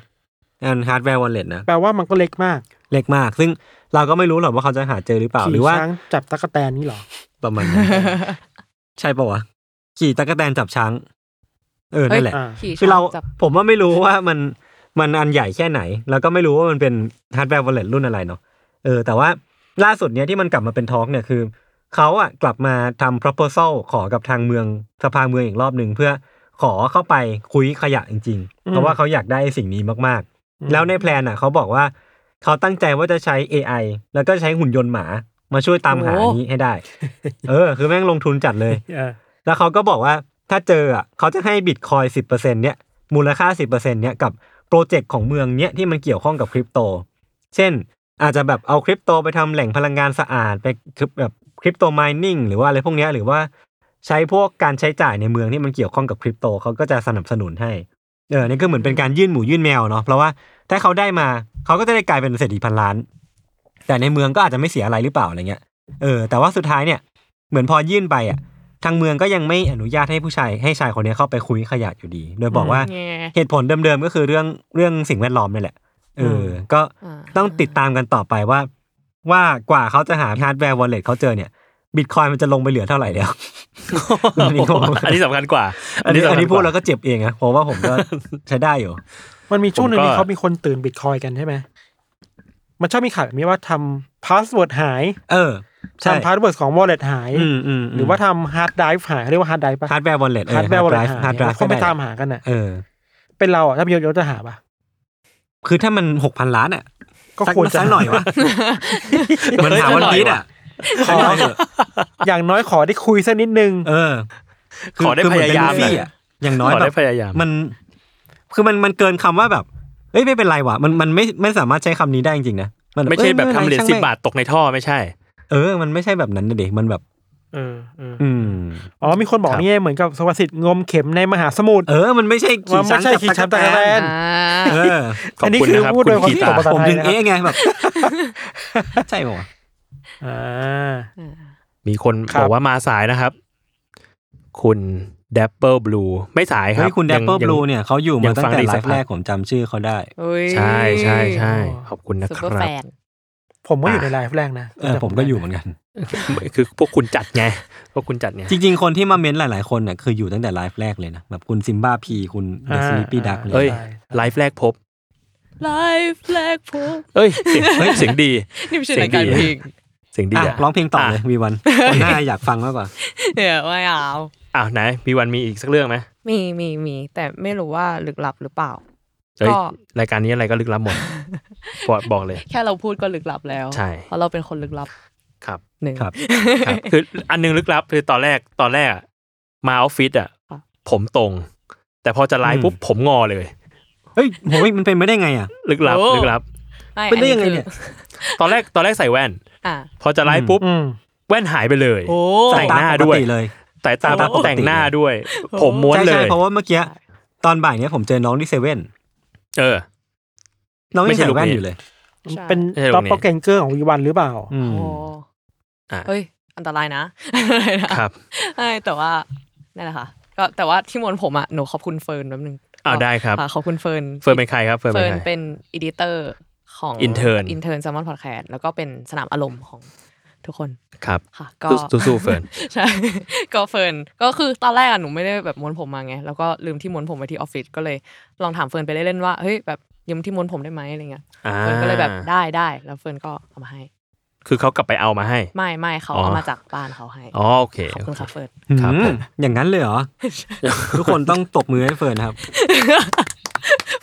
S2: อันฮาร์ดแวร์วอลเล็ตนะ
S3: ๆ แปลว่ามันก็เล็กมาก
S2: เล็กมาก ซึ่งเราก็ไม่รู้หรอกว่าเขาจะหาเจอหรือเปล่าหรือว่า
S3: ขี่ช้งจับตะกแตนนี่เหรอ
S2: ประมาณนั้น ใช่ปะวะขี่ตะกแตนจับช้าง เออนั่นแหละ
S3: เอ้ย
S5: ขี่
S2: คือเรา
S5: จับ
S2: ผมว่าไม่รู้ว่ามันมันอันใหญ่แค่ไหน แล้วก็ไม่รู้ว่ามันเป็นฮาร์ดแวร์วอลเล็ตรุ่นอะไรเนาะเออแต่ว่าล่าสุดเนี้ยที่มันกลับมาเป็นทอล์กเนี่ยคือ เขาอะกลับมาทำ proposal ขอกับทางเมืองสภาเมืองอีกรอบหนึ่งเพื่อขอเข้าไปคุยขยะจริง ๆ
S3: อืม
S2: เพราะว่าเขาอยากได้สิ่งนี้มาก
S3: อืม
S2: ๆ แล้วในแพลนอะเขาบอกว่า เขาตั้งใจว่าจะใช้ AI แล้วก็ใช้หุ่นยนต์หมามาช่วยตามหาอันนี้ให้ได้ เออ คือแม่งลงทุนจัดเลย
S3: เออ
S2: แล้วเขาก็บอกว่าถ้าเจออ่ะเขาจะให้บิตคอยสิบเปอร์เซ็นเนี่ยมูลค่าสิบเปอร์เซ็นเนี่ยกับโปรเจกต์ของเมืองเนี้ยที่มันเกี่ยวข้องกับคริปโต เช่น อาจจะแบบเอาคริปโตไปทำแหล่งพลังงานสะอาด ไปคือแบบคริปโตไมนิ่งหรือว่าอะไรพวกเนี้ยหรือว่าใช้พวกการใช้จ่ายในเมืองที่มันเกี่ยวข้องกับคริปโตเขาก็จะสนับสนุนให้เออนี่ก็เหมือนเป็นการยื่นหมูยื่นแมวเนาะเพราะว่าถ้าเขาได้มาเขาก็จะได้กลายเป็นเศรษฐีพันล้าน แต่ในเมืองก็อาจจะไม่เสียอะไรหรือเปล่าอะไรเงี้ยเออแต่ว่าสุดท้ายเนี่ยเหมือนพอยื่นไปอ่ะ ทางเมืองก็ยังไม่อนุญาตให้ผู้ชายให้ชายคนนี้เข้าไปคุยขยะอยู่ดี โดยบอกว่า
S5: แง่
S2: เหตุผลเดิมๆก็คือเรื่องเรื่องสิ่งแวดล้อมนี่แหละ เออ ก็
S5: อ่า
S2: ต้องติดตามกันต่อไปว่า ว่ากว่าเขาจะหาฮาร์ดแวร์วอลเล็ตเขาเจอเนี่ยบิตคอยมันจะลงไปเหลือเท่าไหร่แล้ว อันนี้ผม
S4: [laughs] อันนี้สำคัญกว่า
S2: อันนี้อันนี้
S4: สำคัญก
S2: พูด
S4: ว่า
S2: แล้วก็เจ็บเองนะผมว่าผมก็ใช้ได้อยู่
S3: มันมีช่วงหนึ่ง
S4: ผมก็
S3: ที่เขามีคนตื่นบิตคอยกันใช่ไหมมันชอบมีข่าวแบบนี้ว่าทำพาสเวิร์ดหาย
S2: เออ ใช่
S3: ทำพาสเวิร์ดของวอลเล็ตหาย
S2: อืมอืม
S3: หรือว่าทำฮาร์ดไดรฟ์หายเขาเรียกว่าฮาร์ดไดรฟ์ปะ
S2: ฮาร์ดแวร์วอลเล็ต
S3: ฮาร์ดแวร์วอลเล็ตหา
S2: ฮายร์ดไดรฟ์
S3: เขาไปตามหากันอ่ะ
S2: เออ
S3: เป็นเราอ่ะถ้ามียศจะหาปะ
S2: คือถ้ามันหกพันล้านอ่ะ
S3: ก็ควรจะ
S2: สักหน่อ
S3: [laughs]
S2: ยวะ เหมือนหาวันพีชอ่ะ
S3: ขออย่างน้อยขอได้คุยสักนิดนึง
S2: เออ
S4: ขอได้พยายาม
S2: คือเหอนเป็นลูฟี่อะอย่างน้อย
S4: ขอ
S2: แบ
S4: ได้
S2: บ
S4: พยายาม
S2: มัน คือมันมันเกินคำว่าแบบ เอ้ยไม่เป็นไรว่ะมันมันไม่ไม่สามารถใช้คำนี้ได้จริงๆนะน
S4: ไม่ใช่
S2: อ้
S4: แบบทำเหรียญ
S2: ไม่
S4: สิ
S2: ป็นไช่าง
S4: บาทตกในท่อไม่ใช่
S2: เออ มันไม่ใช่แบบนั้นนะเด็กมันแบบ
S3: เออเออ
S2: อืม
S3: อ๋อมีคนบอก
S4: ครับ
S3: นี่ไงเหมือนกับสวัสดิตงมเข็มในมหาสมุทร
S2: เออ มันไม่ใช่ขี่
S3: มัน
S2: ช้าง
S3: ไม่ใช่
S2: จับ
S3: ขี่ช้าง
S2: ตะ
S3: จับตะ
S2: แก
S3: กแก
S2: ร
S3: ร
S2: ง
S5: อ่า
S2: เออ
S4: ขอบคุณนะครับ
S3: พูด
S4: คุ
S3: โด
S4: ณ
S3: ยความ
S4: คี
S3: ที่
S4: ตา
S3: ปกติ
S2: ผมถึง
S3: นะครับ
S2: เอ๊ะไงแบบ ใช่ปะวะ
S3: อ่า
S4: มีคน
S3: ครับ
S4: บอกว่ามาสายนะครับ คุณแดปเปิลบลูไม่สายครั
S2: เฮ้
S4: บ
S2: ยคุณแด
S4: ยั
S2: ป
S4: ง
S2: เปิลบลู
S4: ง
S2: เนี่ยเขาอยู่
S4: ยั
S2: มาง ตั้
S4: ฟั
S2: ง
S4: ง
S2: แต่
S4: ได้
S2: ไล
S4: สัก
S2: ฟ์
S4: พัก
S2: แรกผมจำชื่อเขาได้
S5: เอ้ย
S4: ใช่ใช่ใช่ขอบคุณนะ
S5: ซุป
S4: ค
S5: เป
S4: รั
S5: อบ ร์แฟน
S3: ผมก็อยู่
S4: อ่ะ
S3: ในไลฟ์แรกนะ
S2: เออ ผมก็อยู่เหมือนกัน
S4: คือพวกคุณจัดไงพวกคุณจัดไง
S2: จริง ๆ คนที่มาเม้นหลายๆคนเนี่ยคืออยู่ตั้งแต่ไลฟ์แรกเลยนะแบบคุณซิมบ้าพีคุณเด
S3: อ่า
S2: สลิปปี้ดักเลย
S4: เอ้ย
S2: นะ
S4: ไลฟ์แรกพบ
S5: ไลฟ์แรกผม
S4: เอ้ยเสียงเฮ้ยเสียงดี
S5: นี่ไม่ใช่รายการเพลง
S4: เสียงดี
S2: อ่ะ
S4: อะ
S2: ร้องเพลงต่อเลยวี
S4: [laughs]
S2: วันคนหน้าอยากฟังมากกว่า
S5: เนี่ยไม่เอา
S4: อ้าวไหนมีวันมีอีกสักเรื่องไหม
S5: มีมีมีแต่ไม่รู้ว่าลึกลับหรือเปล่า
S4: เฮ้ย
S5: ก็
S4: รายการนี้อะไรก็ลึกลับ
S5: [laughs]
S4: หมดบอกบอกเลย
S5: แค่เราพูดก็ลึกลับแล้ว
S4: ใช่
S5: เพราะเราเป็นคนลึกลับ
S4: ครับ
S5: หนึ่ง
S2: ครับ
S4: ครับ คืออันนึงลึกลับคือตอนแรกตอนแรกอะมาออฟฟิศอ่ะ
S5: ค่ะ
S4: ผมตรง แต่พอจะไลฟ์ปุ๊บผมงอเลย
S2: เฮ้ยโหยมันเป็นไม่ได้ไงอ่ะ
S4: ลึกลับ
S5: โอ้
S4: ลึกลับ
S5: ม่
S2: เป็นได้
S5: อั
S2: ยังไง
S5: คือ
S2: เนี่ย
S4: ตอนแรกตอนแรกใส่แว่น
S5: อ่ะ
S4: พอจะไลฟ์ปุ๊บ
S3: อืม
S4: แว่นหายไปเลย
S5: โอ้
S4: แต่งหน้าด้วย
S2: ปกติเลย
S4: แต่ตา
S2: ตาปกติ
S4: แต่งหน้าด้วย ผมม้วน
S2: ใช่
S4: เล
S2: ใช่
S4: ย
S2: เพราะว่าเมื่อกี้ตอนบ่ายเนี้ยผมเจอน้องที่เซเว่น
S4: เออ
S2: น้องยั
S4: ไม่
S2: ง
S4: ใช่
S2: ใส่แว่น
S4: ลูกนี้
S2: อยู่เลย
S3: เป็น
S4: ใช่ตรง
S3: ต็อป
S4: นี้
S3: เปอร์แกงเกอร์ของวีวันหรือเปล่า
S2: อืม
S5: โอ้
S4: อ่ะ
S5: เฮ้ย อันตรายนะอะไรนะครับ ใช่แต่ว่านั่นแหละค่ะ ก็แต่ว่าที่มวนผมอ่ะหนูขอบคุณเฟิร์นแป๊บนึง
S4: อ่าได้ครับ
S5: ะขอบคุณเฟิร์น
S4: เฟิร์นเป็นใครครับ เฟิร์น
S5: เฟิ
S4: เป็
S5: ร์
S4: น
S5: น
S4: ใคร
S5: เป็นอดิเตอร์ของ
S4: Intern
S5: อินเทอร์นแซมมอนพอดแคสต์แล้วก็เป็นสนามอารมณ์ของทุกคน
S4: ครับ
S5: ค่ะ ก็
S4: สู้สู้ๆเฟิร์น
S5: ใช่ ก็เฟิร์นก็คือตอนแรกอะหนูไม่ได้แบบม้วนผมมาไง แล้วก็ลืมที่ม้วนผมไว้ที่ออฟฟิศก็เลยลองถามเฟิร์นไปเล่นๆว่าเฮ้ยแบบยืมที่ม้วนผมได้ไหมอะไรเงี้ย
S4: อ่า
S5: เฟิร์นก็เลยแบบได้ได้แล้วเฟิร์นก็เอามาให้
S4: คือเขากลับไปเอามาให้
S5: ไม่ไม่เขา
S4: อ๋อ
S5: เอามาจากบ้านเขาให้
S4: อ๋อโอเค
S5: ขอบคุณค่ะเฟิร์น [laughs]
S4: ครับผม
S2: อืมอย่างนั้นเลยเหรอ ทุกคนต้องตบมือให้เฟิร์นครับ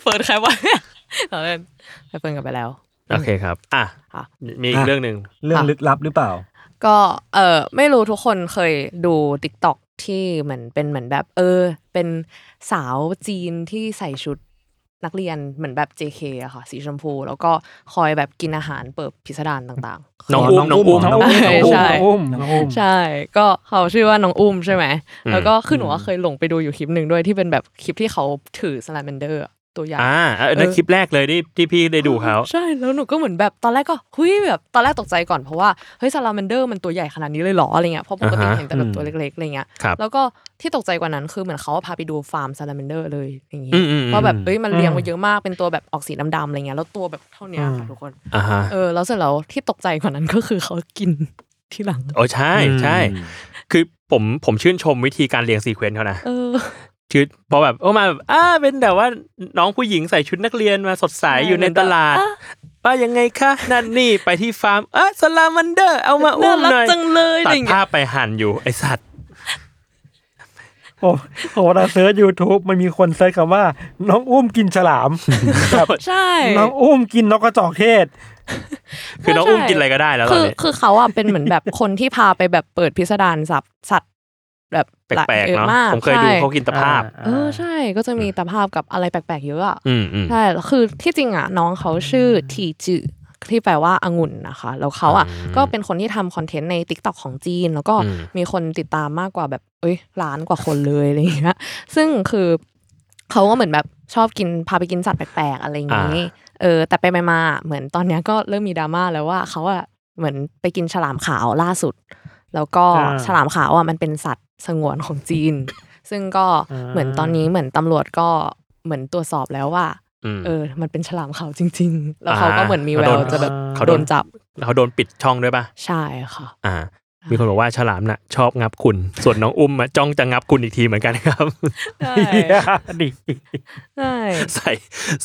S5: เฟิร์นใครวะ [laughs] เราเล่นไปเฟิร์นกลับไปแล้ว
S4: โอเคครับ อ่ะ
S5: ค่ะ
S4: มีอีก
S2: อ่ะ
S4: เรื่องหนึ่ง
S2: เรื่องลึกลับหรือเปล่า
S5: ก็เออไม่รู้ทุกคนเคยดูติ๊กต็อกที่เหมือนเป็นเหมือนแบบ เออ เป็นสาวจีนที่ใส่ชุดนักเรียนเหมือนแบบ JK อะค่ะสีชมพู แล้วก็คอยแบบกินอาหารเปิบพิสดารต่าง
S4: น้องอุ้มน้องอุ้ม
S2: น้องอุ้ม
S5: ใช่ใช่
S3: น้องอุ้มน้องอุ้ม
S5: ๆ ใช่ ก็เขาชื่อว่าน้องอุ้มใช่ไหม
S4: อืม
S5: แล้วก็คือหนูว่าเคยหลงไปดูอยู่คลิปหนึ่งด้วยที่เป็นแบบคลิปที่เขาถือสไลเมนเดอร์ ตัวอย่าง
S4: อ่าเอออันนั้น
S5: เออ
S4: คลิปแรกเลยที่ที่พี่ได้ดูเขา
S5: ใช่แล้วหนูก็เหมือนแบบตอนแรกก็เฮ้ยแบบตอนแรกตกใจก่อนเพราะว่าเฮ้ยซาลาแมนเดอร์มันตัวใหญ่ขนาดนี้เลยเหรออะไรเงี้ยเพราะปกติเห็นแต่แบบตัวเล็กๆอะไรเงี้ย
S4: ครับ
S5: แล้วก็ที่ตกใจกว่านั้นคือเหมือนเขาพาไปดูฟาร์มซาลาแมนเดอร์เลยอย่างงี้
S4: อืมอืมอืม
S5: ว่าแบบเอ้ยมันเลี้ยงมาเยอะมากเป็นตัวแบบออกสีดำๆอะไรเงี้ยแล้วตัวแบบเท่าเนี้ยค่ะทุกคน
S4: อ่าฮะ
S5: เออแล้วเสร็จแล้วที่ตกใจกว่านั้นก็คือเขากินที่หลัง
S4: โอ้ใช่ใช่ คือผมผมชื่นชมวิธีการเรียงซีเควนต์เขานะ
S5: เออ
S4: ชื่อเพอแบบโอ้มาแบบอ่าเป็นแต่ว่าน้องผู้หญิงใส่ชุดนักเรียนมาสดใส
S5: ใช่
S4: อยู่ใน
S5: เป็นแบบ
S4: ตลาด
S5: อ่ะ
S4: ป้ายังไงคะนั่นนี่ไปที่ฟาร์มอ่ะสลามันเดอร์ เอามาอุ้
S5: น่าม รั
S4: ห
S5: ก
S4: น่อย
S5: จังเลยอะ
S4: ตั
S5: ไร
S4: ด
S5: เงี้
S4: ภาย พไปหั่นอยู่ไอสัตว์
S3: โอ้โหเราเซิร์ช YouTube มันมีคนเซิร์ชคำว่า น้องอุ้มกินฉลาม แบบ
S5: ใช่
S3: น้องอุ้มกินนกกระจอกเทศ
S4: คือน้องอุ้มกินอะไรก็ได้แล้วตอ
S5: คื
S4: น
S5: อ
S4: นี้
S5: คือเขาอ่ะเป็นเหมือนแบบคนที่พาไปแบบเปิดพิสดารสัตว์สัตว์แบบ
S4: แปลกๆ
S5: ออ
S4: เนาะ
S5: มาก
S4: ผมเคยดู
S5: ใช่
S4: เขากินตะภาพ
S5: เออใช่ก็จะมีตะภาพกับอะไรแปลกๆเยอะอะ
S4: อืมอืม
S5: ใช่แล้วคือที่จริงอ่ะน้องเขาชื่อทีจือที่แปลว่าองุ่นนะคะ แล้วเขาอ่ะ
S4: อืม
S5: ก็เป็นคนที่ทำคอนเทนต์ใน t ิ k t o k ของจีน แล้วก็
S4: อืม
S5: มีคนติดตามมากกว่าแบบ เอ้ยล้านกว่าคนเลยอะไรอย่างเงี้ยซึ่งคือเขาก็เหมือนแบบชอบกินพาไปกินสัตว์แปลกๆอะไรอย่างงี้เออแต่ไปๆมาๆเหมือนตอนเนี้ยก็เริ่มมีดราม่าแล้วว่าเขาอ่ะเหมือนไปกินฉลามขาวล่าสุด แล้วก็
S3: อ่า
S5: ฉลามขาวอ่ะมันเป็นสัตว์สงวนของจีน ซึ่งก็เหมือนตอนนี้เหมือนตำรวจก็เหมือนตรวจสอบแล้วว่า
S4: อืม
S5: เออ มันเป็นฉลามขาวจริง ๆ แล้วเขาก็เหมือนมีแว
S4: อ่า
S5: วจะแบบ
S4: เขาโด
S5: โด
S4: น
S5: นจับ
S4: เขาโดนปิดช่องด้วยป่ะ
S5: ใช่ค่ะ
S4: อ่า มีคนบอกว่าฉลามน่ะ ชอบงับคุณ ส่วนน้องอุ้มอะจ้องจะงับคุณอีกทีเหมือนกันครับ
S5: ใช่
S3: เหี้ยดิ
S5: ใช่
S4: ใส่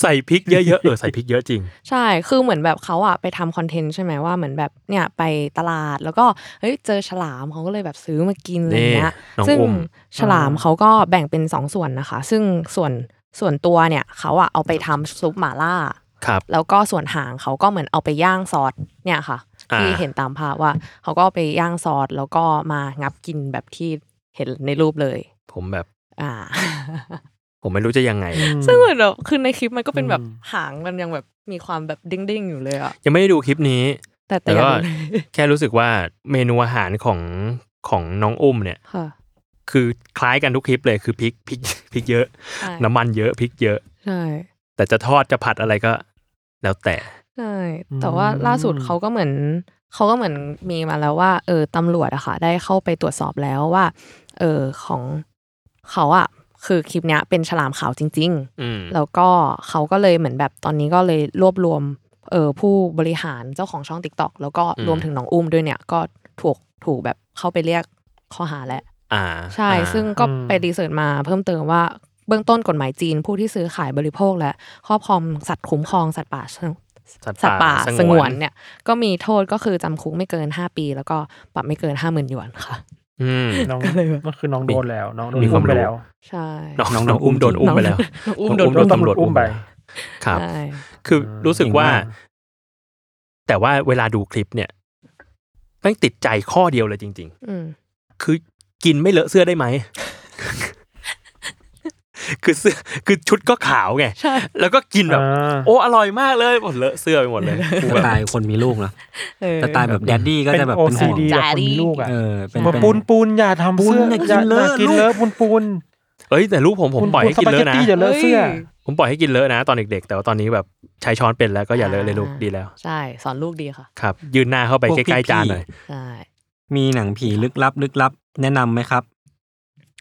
S4: ใส่พริกเยอะๆเออใส่พริกเยอะจริง
S5: ใช่ คือเหมือนแบบเขาอะไปทำคอนเทนต์ใช่ไหมว่าเหมือนแบบเนี่ยไปตลาดแล้วก็เฮ้ยเจอฉลามเขาก็เลยแบบซื้อมากินอะไรเงี้ย
S4: นี่น้อง
S5: ซึ่ง
S4: อุ้ม
S5: ฉลามเขาก็แบ่งเป็นสองส่วนนะคะ ซึ่งส่วนส่วนตัวเนี่ยเขาอะเอาไปทำซุปหม่าล่า
S4: ครับ
S5: แล้วก็ส่วนหางเขาก็เหมือนเอาไปย่างซอสเนี่ยค่ะ
S4: อ่า
S5: ที่เห็นตามภาพว่าเขาก็เอาไปย่างซอสแล้วก็มางับกินแบบที่เห็นในรูปเลย
S4: ผมแบบ
S5: อ่า
S4: ผมไม่รู้จะยังไง
S5: ซึ่งเหมือนแบบคือในคลิปมันก็เป็นแบบ
S3: อืม
S5: หางมันยังแบบมีความแบบเด้งๆอยู่เลยอะ
S4: ยังไม่ได้ดูคลิปนี้
S5: แต่
S4: แต่
S5: แต่ยัง
S4: ก็
S5: ดูเลย
S4: แค่รู้สึกว่าเมนูอาหารของของน้องอุ้มเนี่ย
S5: ค่ะ
S4: คือคล้ายกันทุกคลิปเลยคือพริกพริกพริกเยอะ
S5: ใช่
S4: น้ำมันเยอะพริกเยอะ
S5: ใช่
S4: แต่จะทอดจะผัดอะไรก็ แล้วแต่
S5: ใช่แต่ว่าล่าสุดเขาก็เหมือนเขาก็เหมือนมีมาแล้วว่า เออตำรวจอะค่ะ ได้เข้าไปตรวจสอบแล้วว่า เออของเขาอะคือคลิปเนี้ยเป็นฉลามขาวจริง ๆ
S4: อืม
S5: แล้วก็เขาก็เลยเหมือนแบบตอนนี้ก็เลยรวบรวมเออผู้บริหารเจ้าของช่อง t ิ k t o k แล้วก็
S4: อืม
S5: รวมถึงน้องอุ้มด้วยเนี่ย ก็ถูกถูกแบบเข้าไปเรียกข้อหาแล้ว
S4: อ่า
S5: ใช่
S4: อ่า
S5: ซึ่งก็
S3: อืม
S5: ไปรีเสิร์ชมาเพิ่มเติมว่าเบื้องต้นกฎหมายจีนผู้ที่ซื้อขายบริโภคและครอบครองสัตว์คุ้มครองสัตว์ป่า สัตว์ป่าสงวนเนี่ย ก็มีโทษก็คือจำคุกไม่เกิน 5 ปี แล้วก็ปรับไม่เกิน 5 0,000หยวนค่ะ
S4: อืม
S3: น้อง
S5: ก็เลยแบบ
S3: ก็คือน้องโดนแล้ว น้องโดน
S4: มีค
S3: อุ้
S4: วาม มรู้
S3: ไปแล้ว
S5: ใช่
S4: น้องน้องอุ้มโดนอุ้มไปแล้ว
S5: น้องอุ้มโด
S4: น้
S5: น
S4: ง
S3: โดนตำรวจอุ้มไป
S4: ครับ
S5: ใช่
S4: คือรู้สึกว่า
S6: เก่งม
S4: แต่ว่าเวลาดูคลิปเนี่ยแม่งติดใจข้อเดียวเลยจริง
S5: อืม
S4: ๆ คือกินไม่เลอะเสื้อได้ไหม [laughs] คือเสื้อคือชุดก็ขาวไง
S5: ใช่
S4: แล้วก็กินแบบ
S3: อ่า
S4: โอ้อร่อยมากเลยหมดเลอะเสื้อไปหมดเลยกู
S2: ส
S4: แบบ
S2: ไตล์คนมีลูกเนอะ
S5: เออ
S2: สไตล์แบบแดดดี้ก็
S3: เป็น
S2: จะแบบเป็นห่วง
S3: OCD แบบคนมีลูกอ่ะ
S2: เออเป็น
S3: มา
S2: เป็น
S3: ปูนปูนอย่าทำเสื้อ
S2: ปูน
S3: อ
S2: อย่
S3: า
S2: ย่ากินเลอะ
S3: อย่ากิน
S2: ลูก
S3: เลอะปูนปูน
S4: เอ้ยแต่ลูกผมผม
S3: ปูน
S4: ปล่อยให้กินเล
S3: สปา
S4: อะนะ
S3: ตี้อย่าเลอะเสื้อ
S4: ผมปล่อยให้กินเลอะนะตอนเด็กๆ แต่ว่าตอนนี้แบบใช้ช้อนเป็นแล้วก็อย่าเลอะเลยลูก
S5: อ่า
S4: ดีแล้ว
S5: ใช่ สอนลูกดีค่ะ
S4: ครับ ยืนหน้าเข้าไป
S2: พวก
S4: ใกล้ๆจาน
S2: พี่ๆ
S4: หน่อย
S5: ใช่
S2: มีหนังผีลึกลับลึกลับ แนะนำไหมครับ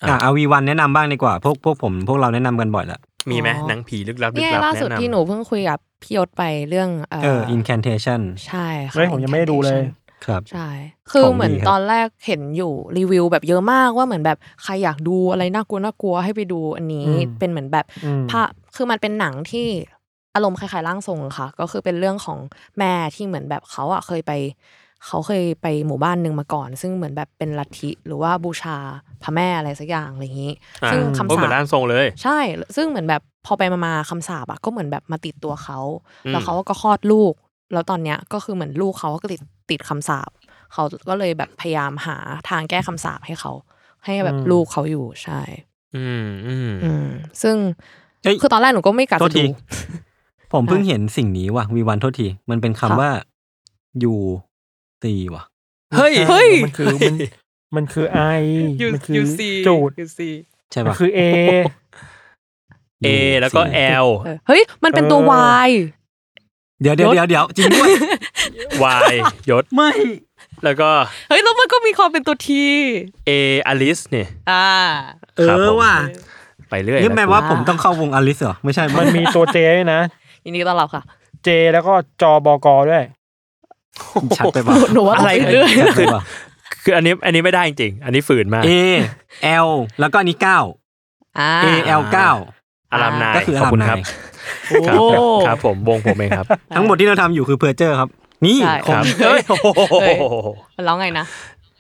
S4: อ่ะ
S2: อ่ะเอาวีวันแนะนำบ้างดีกว่า พวกพวกผมพวกเราแนะนำกันบ่อยละ
S4: มีไหมหนังผีลึกลับลึก
S5: เนี่ย
S4: ลับ
S5: ล่า
S4: แนะ
S5: สุด
S4: นำ
S5: ที่หนูเพิ่งคุยกับพี่ยศไปเรื่อง
S2: เออ incantation
S5: ใช่ค่ะ
S3: เฮ้ยผมยังไม่ได้ดูเลย
S5: Incantation
S2: ครับ
S5: ใช่ คือ
S2: ของดี
S5: เหมือน
S2: ครับ
S5: ตอนแรกเห็นอยู่รีวิวแบบเยอะมากว่าเหมือนแบบใครอยากดูอะไรน่ากลัวน่ากลัวให้ไปดูอันนี้
S3: อืม
S5: เป็นเหมือนแบบ
S3: อืม
S5: พระคือมันเป็นหนังที่อารมณ์คล้ายๆร่างทรงอะค่ะ ก็คือเป็นเรื่องของแม่ที่เหมือนแบบเขาอ่ะเคยไป เขาเคยไปหมู่บ้านหนึ่งมาก่อน ซึ่งเหมือนแบบเป็นลัทธิหรือว่าบูชาพระแม่อะไรสักอย่างอะไรอย่างนี้
S4: อ่า
S5: ซึ่ง
S4: โอ้
S5: คำ
S4: เหมื
S5: สา
S4: อ
S5: ป
S4: นร่างทรงเลย
S5: ใช่ ซึ่งเหมือนแบบพอไปมาๆคำสาปอ่ะก็เหมือนแบบมาติดตัวเขา
S4: อืม
S5: แล้วเขาก็คลอดลูก แล้วตอนเนี้ยก็คือเหมือนลูกเขาก็ติดติดคำสาปเขาก็เลยแบบพยายามหาทางแก้คำสาปให้เขา ให้แบบ
S3: อืม
S5: ลูกเขาอยู่ใช่
S4: อืมอืม
S5: อืมซึ่ง
S2: เอ้ย
S5: คือตอนแรกหนูก็ไม่กะ
S2: โทษ
S5: จะ
S2: ที
S5: ดู
S2: ผมเพิ่งเห็นสิ่งนี้ว่ะวีวันโทษที มันเป็นคำ
S5: ค่ะ
S2: ว่ายูตีว่ะ
S4: เฮ้ย
S3: ไม่ใช่
S4: เฮ้ย
S3: มันคือมันมันคือไอมันคือจูด
S5: ยูซี
S2: ใช่
S3: มั
S2: ป่ะ
S3: นคือเอ
S4: A แล้วก็ L
S5: เออเฮ้ย มันเป็นตัว
S3: เออ
S5: Y
S2: เดี๋ยวเดี๋ยวเดี๋ยวเดี๋ยวจริงด้วย
S4: Y ยศ
S3: ไม่
S4: แล้วก็
S5: เฮ้ย แล้วมันก็มีความเป็นตัว T
S4: A อลิสเนี่ย
S5: อ่า
S2: เอ
S4: ครับผ
S2: อ
S4: ม
S2: ว่ะ
S4: ไปเรื่อย
S2: นี่แปลว่า
S5: ว้า
S2: ผมต้องเข้าวงอลิสเหรอ ไม่ใช่
S3: มันมีตัวเจด้วยนะ
S5: ยินดีต้อนรับค่ะ
S3: เจแล้วก็จอบกด้วย
S4: กู
S2: ชัดไปเปล่า
S5: หนูว่า
S4: อะไร
S5: ไปเรื่อย
S2: ชัดไปเปล่า
S4: คืออันนี้อันนี้ไม่ได้จริงๆอันนี้ฝืนมาก
S2: A L แล้วก็อันนี้เก้า
S5: อ่า
S2: A L เก้า
S4: อารามนาย
S2: ก็คือ
S4: ขอบคุณ
S2: อาราม
S4: ครั
S2: นา
S4: บ
S2: ย
S4: ครับ
S5: โอ้
S4: ครับผมวงผมเองครับ
S2: ทั้งหมดที่เราทำอยู่คือเพอร์เจอร์ครับ นี่
S5: ใช่
S2: ข
S4: ค
S2: อง
S4: รับ
S5: เฮ้
S4: เฮ้
S5: ย
S4: ยโอ้โห
S5: เฮ้ย มันร้องไงนะ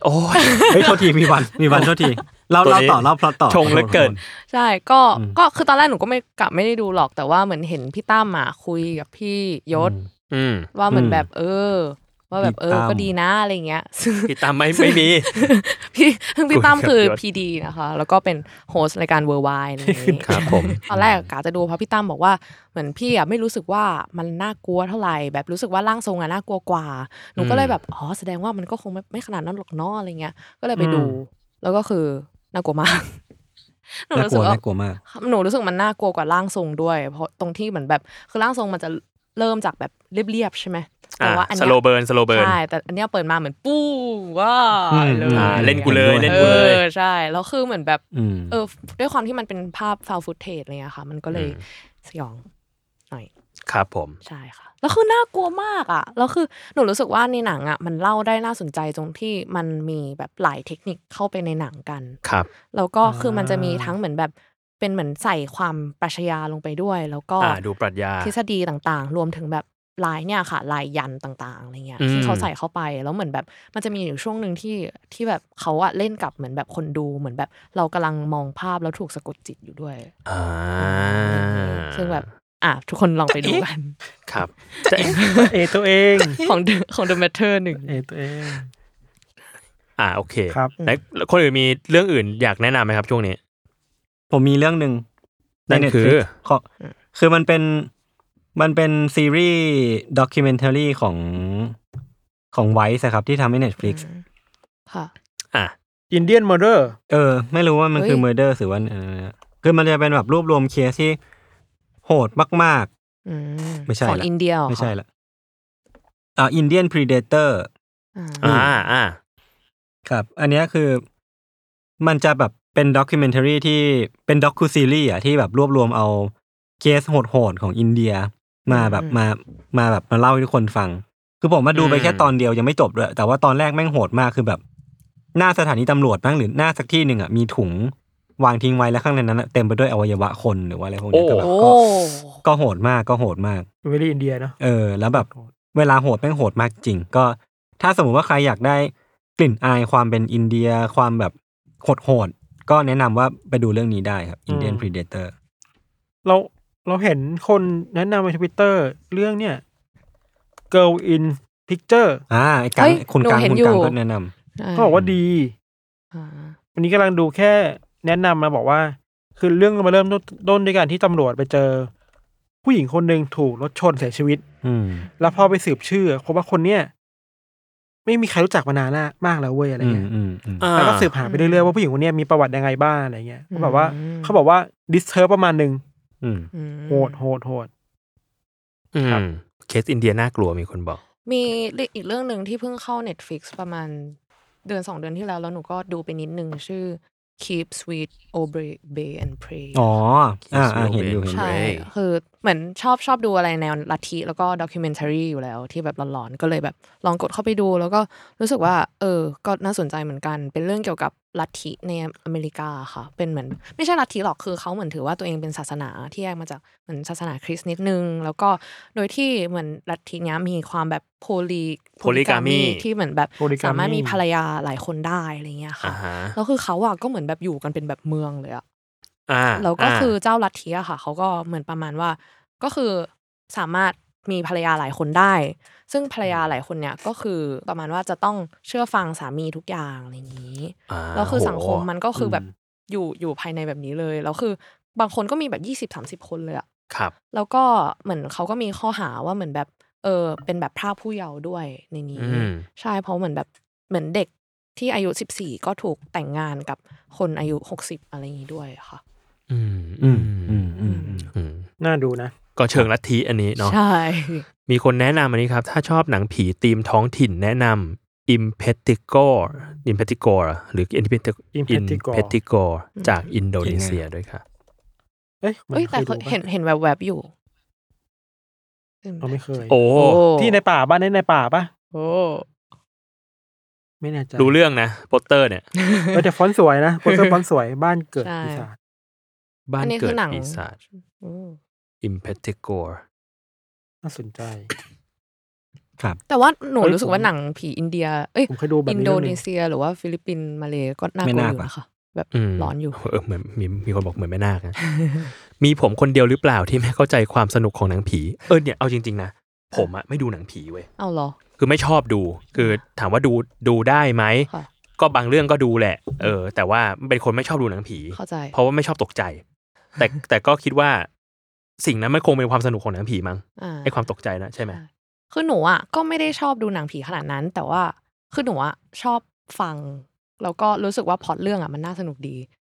S4: โอ้ย
S2: เฮ้ยโทษทีมีวันมีวันโทษทีเรา
S4: ตัว
S2: เรา
S4: นี้
S2: ต่อเราพลอตต่อ
S4: ชงเหลือเกิน
S5: ใช่ ก็ ก็คือตอนแรกหนูก็ไม่กะไม่ได้ดูหรอก แต่ว่าเหมือนเห็นพี่ตั้มอ่ะคุยกับพี่ยศ
S4: อืม
S5: ว่าเหมือนแบบเออ ว่าแบบเออ
S2: พี่ตั้ม
S5: ก็ดีนะอะไรเงี้ย [laughs] ซึ่ง
S4: พี่ตามไม่ไม่มี
S5: [laughs] พี่ซึ่งพี่ตั้มคือ
S4: คุยกับยศ
S5: พีดีนะคะ แล้วก็เป็นโฮสต์รายการเวอร์ไวอะไรอย่างงี้
S4: ครับผม
S5: ตอนแรกกะจะดูเพราะพี่ตั้มบอกว่าเหมือนพี่อะไม่รู้สึกว่ามันน่ากลัวเท่าไหร่แบบรู้สึกว่าร่างทรงอะน่ากลัวกว่าหนูก็เลยแบบอ๋อแสดงว่ามันก็คงไม่ไม่ขนาดนั้นหรอกเนาะอะไรเงี้ย ก็เลยไปดู
S3: อืม
S5: แล้วก็คือน่ากลัวมาก [laughs] หนู
S2: น่า
S5: รู้
S2: ก
S5: สึ
S2: ลัว
S5: กว่า
S2: น่ากลัวมาก
S5: หนูรู้สึกมันน่ากลัวกว่าร่างทรงด้วย เพราะตรงที่เหมือนแบบคือร่างทรงมันจะเริ่มจากแบบเรียบๆใช่ไหมแต่
S4: อ่า
S5: ว่าอั
S4: ส
S5: นเนี้ย
S4: โลเบิร์นสโลเบิร์น
S5: ใช่แต่อันเนี้ยเปิดมาเหมือนปู้ว้า
S2: อืม
S5: เลย
S4: อ่าเล่นกูเลยเล่น
S5: เอ
S4: กูเลย
S5: อใช่แล้วคือเหมือนแบบ
S2: อืม
S5: เออด้วยความที่มันเป็นภาพฟาวฟุตเทจอะไรอย่างเลยค่ะ มันก็เลย
S4: อืม
S5: สยองหน่อย
S4: ครับผม
S5: ใช่ค่ะ แล้วคือน่ากลัวมากอ่ะ แล้วคือหนูรู้สึกว่าในหนังอ่ะมันเล่าได้น่าสนใจตรงที่มันมีแบบหลายเทคนิคเข้าไปในหนังกัน
S4: ครับ
S5: แล้วก็คือมันจะมีทั้งเหมือนแบบเป็นเหมือนใส่ความปรัชญาลงไปด้วย แล้วก็
S4: อ่าดูปรัชญา
S5: ทฤษฎีต่างๆ รวมถึงแบบลายเนี่ยค่ะ ลายยันต์ต่างๆอะไรเงี้ย
S4: อืม
S5: ที่เขาใส่เข้าไปแล้วเหมือนแบบมันจะมีอยู่ช่วงหนึ่งที่ที่แบบเขาอะเล่นกับเหมือนแบบคนดูเหมือนแบบ เรากำลังมองภาพแล้วถูกสะกดจิตอยู่ด้วย
S4: อ่า
S5: ซึ่งแบบ อ่ะทุกคนลองไปดูกัน
S4: ครับแต่
S3: เอตัวเอง
S5: ของ The- ของ The Matter หนึ่ง
S3: เอตัวเอง
S4: อ่าโอเค
S3: ครับ
S4: แล้วแล้วคนอื่นมีเรื่องอื่นอยากแนะนำไหมครับช่วงนี้
S2: ผมมีเรื่องหนึ่ง
S4: นั่นคือ
S2: ใ Netflix ขอคือมันเป็นมันเป็นซีรีส์ด็อกิเมน a r y ของของไวส์ครับที่ทำให้ Netflix
S5: ค่ะ
S4: อ่า
S3: อินเดียนมอร์เดอร์
S2: เออ ไม่รู้ว่ามัน
S5: เฮ้ย
S2: คือ murder หรือว่าเออคือมันจะเป็นแบบรวบรวมเคสที่โหดมาก
S5: อืม
S2: ไม่ใช่
S5: ของ
S2: ละ
S5: อินเดียเหร
S2: ๆ
S5: อ
S2: ไม่ใช่
S5: คะ
S2: ละอ่าอินเดียนพรีเดเตอร์
S5: อ่า
S4: อ่าอ่า
S2: ครับ อันเนี้ยคือมันจะแบบเป็นด็อกิเมน a r y ที่เป็นด็อ u ูซีรีส์อ่ะที่แบบรวบรวมเอาเคสโหดๆของอินเดีย มาแบบมามาแบบมาเล่าให้ทุกคนฟัง คือผมมาดูไป
S4: อืม
S2: แค่ตอนเดียวยังไม่จบด้วย แต่ว่าตอนแรกแม่งโหดมากคือแบบ หน้าสถานีตำรวจบ้างหรือหน้าสักที่หนึ่งอ่ะมีถุงวางทิ้งไว้แล้วข้างในนั้นอะเต็มไปด้วยอวัยวะคนหรือว่าอะไรพวกเนี้ยก็แบบ
S5: โอ้
S2: ก็ก็โหดมากก็โหดมาก
S3: เวลี่อินเดียเนาะ
S2: เออแล้วแบบเวลาโหดแม่งโหดมากจริง ก็ถ้าสมมุติว่าใครอยากได้กลิ่นอายความเป็นอินเดียความแบบโหดโหดๆก็แนะนำว่าไปดูเรื่องนี้ได้ครับ Indian Predator
S3: เราเราเห็นคนแนะนำในทวิตเตอร์เรื่องเนี่ย Girl in Picture
S2: อ่าไอ้กัง
S5: เฮ้ย
S2: คุณกัง
S5: หนูเห็น
S2: คุณกัง
S5: อยู่
S2: ก็แนะนำ
S3: เขาบอกว่าดี
S5: อ่า
S3: วันนี้กำลังดูแค่แนะนำมาบอกว่า คือเรื่องมาเริ่มต้นด้วยการที่ตำรวจไปเจอ ผู้หญิงคนหนึ่งถูกรถชนเสียชีวิต
S2: อืม
S3: แล้วพอไปสืบชื่อพบว่าคนเนี้ยไม่มีใครรู้จักมานานละมากแล้วเว้ยอะไร
S2: อืม
S3: เงี้ย
S2: อืมอืม
S4: อ่า
S3: แล้วก็สืบหาไปเรื่อยๆว่าผู้หญิงคนเนี้ยมีประวัติยังไงบ้างอะไรเงี้ย
S5: อืม
S3: ก็แบบว่าเขาบอกว่าดิสเทอร์ประมาณหนึ่ง
S2: อืม
S5: อืม
S3: โหดโหดโหด
S4: อืม
S3: ครับ
S4: เคสอินเดียน่ากลัวมีคนบอก
S5: มีอีกเรื่องหนึ่งที่เพิ่งเข้า Netflix ประมาณเดือนสองเดือนที่แล้ว แล้วหนูก็ดูไปนิดนึงชื่อ Keep Sweet Obey and Pray
S2: อ๋ออ่าอ่าเห็นอยู่เห็นอยู่
S5: ใช่
S4: Pray
S5: คือเหมือนชอบชอบดูอะไรแนวลัทธิแล้วก็ด็อกิเมน a r y อยู่แล้วที่แบบหลอนๆ ก็เลยแบบลองกดเข้าไปดู แล้วก็รู้สึกว่า เออ ก็น่าสนใจเหมือนกัน เป็นเรื่องเกี่ยวกับลัทธิในอเมริกาค่ะ เป็นเหมือน ไม่ใช่ลัทธิหรอกคือเขาเหมือนถือว่าตัวเองเป็นศาสนาที่แยกมาจากเหมือนศาสนาคริสต์นิดนึง แล้วก็โดยที่เหมือนลัทธิเนี้ยมีความแบบโพลีโพ
S4: Polygamy
S5: ที่เหมือนแบบ
S3: Polygamy
S5: สามารถมีภรรยาหลายคนได้อะไรเงี้ย
S4: อ่า
S5: ค่ะ
S4: ฮะ
S5: แล้วคือเขาอะก็เหมือนแบบอยู่กันเป็นแบบเมืองเลยอะ
S4: อ่า
S5: แล้วก็
S4: า
S5: คือเจ้าลัทธิอะค่ะ เขาก็เหมือนประมาณว่า ก็คือสามารถมีภรรยาหลายคนได้ ซึ่งภรรยาหลายคนเนี่ยก็คือประมาณว่าจะต้องเชื่อฟังสามีทุกอย่างอะไรอย่างนี้
S4: า
S5: แล้วคือ
S4: โห
S5: สังคมมันก็คือแบบอยู่อยู่ภายในแบบนี้เลย แล้วคือบางคนก็มีแบบยี่สิบสามสิบคนเลยอะ
S4: ครับ
S5: แล้วก็เหมือนเขาก็มีข้อหาว่าเหมือนแบบเออเป็นแบบพรากผู้เยาว์ด้วยในนี้
S4: อืม
S5: ใช่เพราะเหมือนแบบเหมือนเด็กที่อายุสิบสี่ก็ถูกแต่งงานกับคนอายุหกสิบอะไรอย่างนี้ด้วยค่ะ
S4: อืม
S2: อืมอืมอืม
S5: อื
S3: น่าดูนะ
S4: ก็เชิงลัทธิอันนี้เนาะ
S5: ใช่
S4: มีคนแนะนำอันนี้ครับ ถ้าชอบหนังผีธีมท้องถิ่นแนะนำ Impetigo Impetigo หรือ Impetigo
S3: Impetigo
S4: Impetigo จากอินโดนีเซียด้วยค่ะ
S3: เอ้ยมัน
S5: เอ้ยแต่
S3: คดูปะ
S5: เห็นเห็นแวบๆอยู่
S3: เราไม่เคย
S4: โอ้
S5: โอ้
S3: ที่ในป่าบ้านในในป่าปะ
S5: โอ้
S3: ไม่แน่ใจ
S4: รู้เรื่องนะโปสเตอร์เนี่ย
S3: เออแต่ฟอนต์สวยนะโปสเตอร์ฟอนต์สวยบ้านเกิดปีศาจ
S4: บ้าน
S5: อันนี้
S4: เกิ
S5: คื
S4: ด
S5: อหนัง
S4: ปีศาจ
S5: อืม
S4: Impetigo
S3: น่าสนใจ
S5: แต่ว่าหนู
S3: เอ้ย
S5: รู้สึก
S3: ผม
S5: ว่าหนังผีอินเดีย เอ้ย
S3: ผมเคยดูแบบ
S5: อิน
S3: นี้
S5: โด
S3: เรื่องห
S5: นี
S3: นึ่ง
S5: เซีย หรือว่าฟิลิปปินส์มาเลก็น่ากลัวอยู่นะคะแบบ
S4: อืม
S5: ร้อนอยู่
S4: เออเหมือนมีมีคนบอกเหมือนแม่นาคนะ มีผมคนเดียวหรือเปล่าที่ไม่เข้าใจความสนุกของหนังผีเออเนี่ยเอาจริงๆนะผมอะไม่ดูหนังผีเว้ย
S5: เอาเหรอ
S4: คือไม่ชอบดู คือถามว่าดูดูได้ไหม
S5: ค่ะ
S4: ก็บางเรื่องก็ดูแหละ เออ แต่ว่าเป็นคนไม่ชอบดูหนังผี
S5: เข้าใจ
S4: เพราะว่าไม่ชอบตกใจ แต่แต่ก็คิดว่าสิ่งนั้นมันคงเป็นความสนุกของหนังผีมั้ง
S5: อ่า
S4: ไอความตกใจนะใช่ไหม
S5: ใช่ คือหนูอ่ะก็ไม่ได้ชอบดูหนังผีขนาดนั้น แต่ว่าคือหนูอ่ะชอบฟัง แล้วก็รู้สึกว่าพล็อตเรื่องอ่ะมันน่าสนุกดี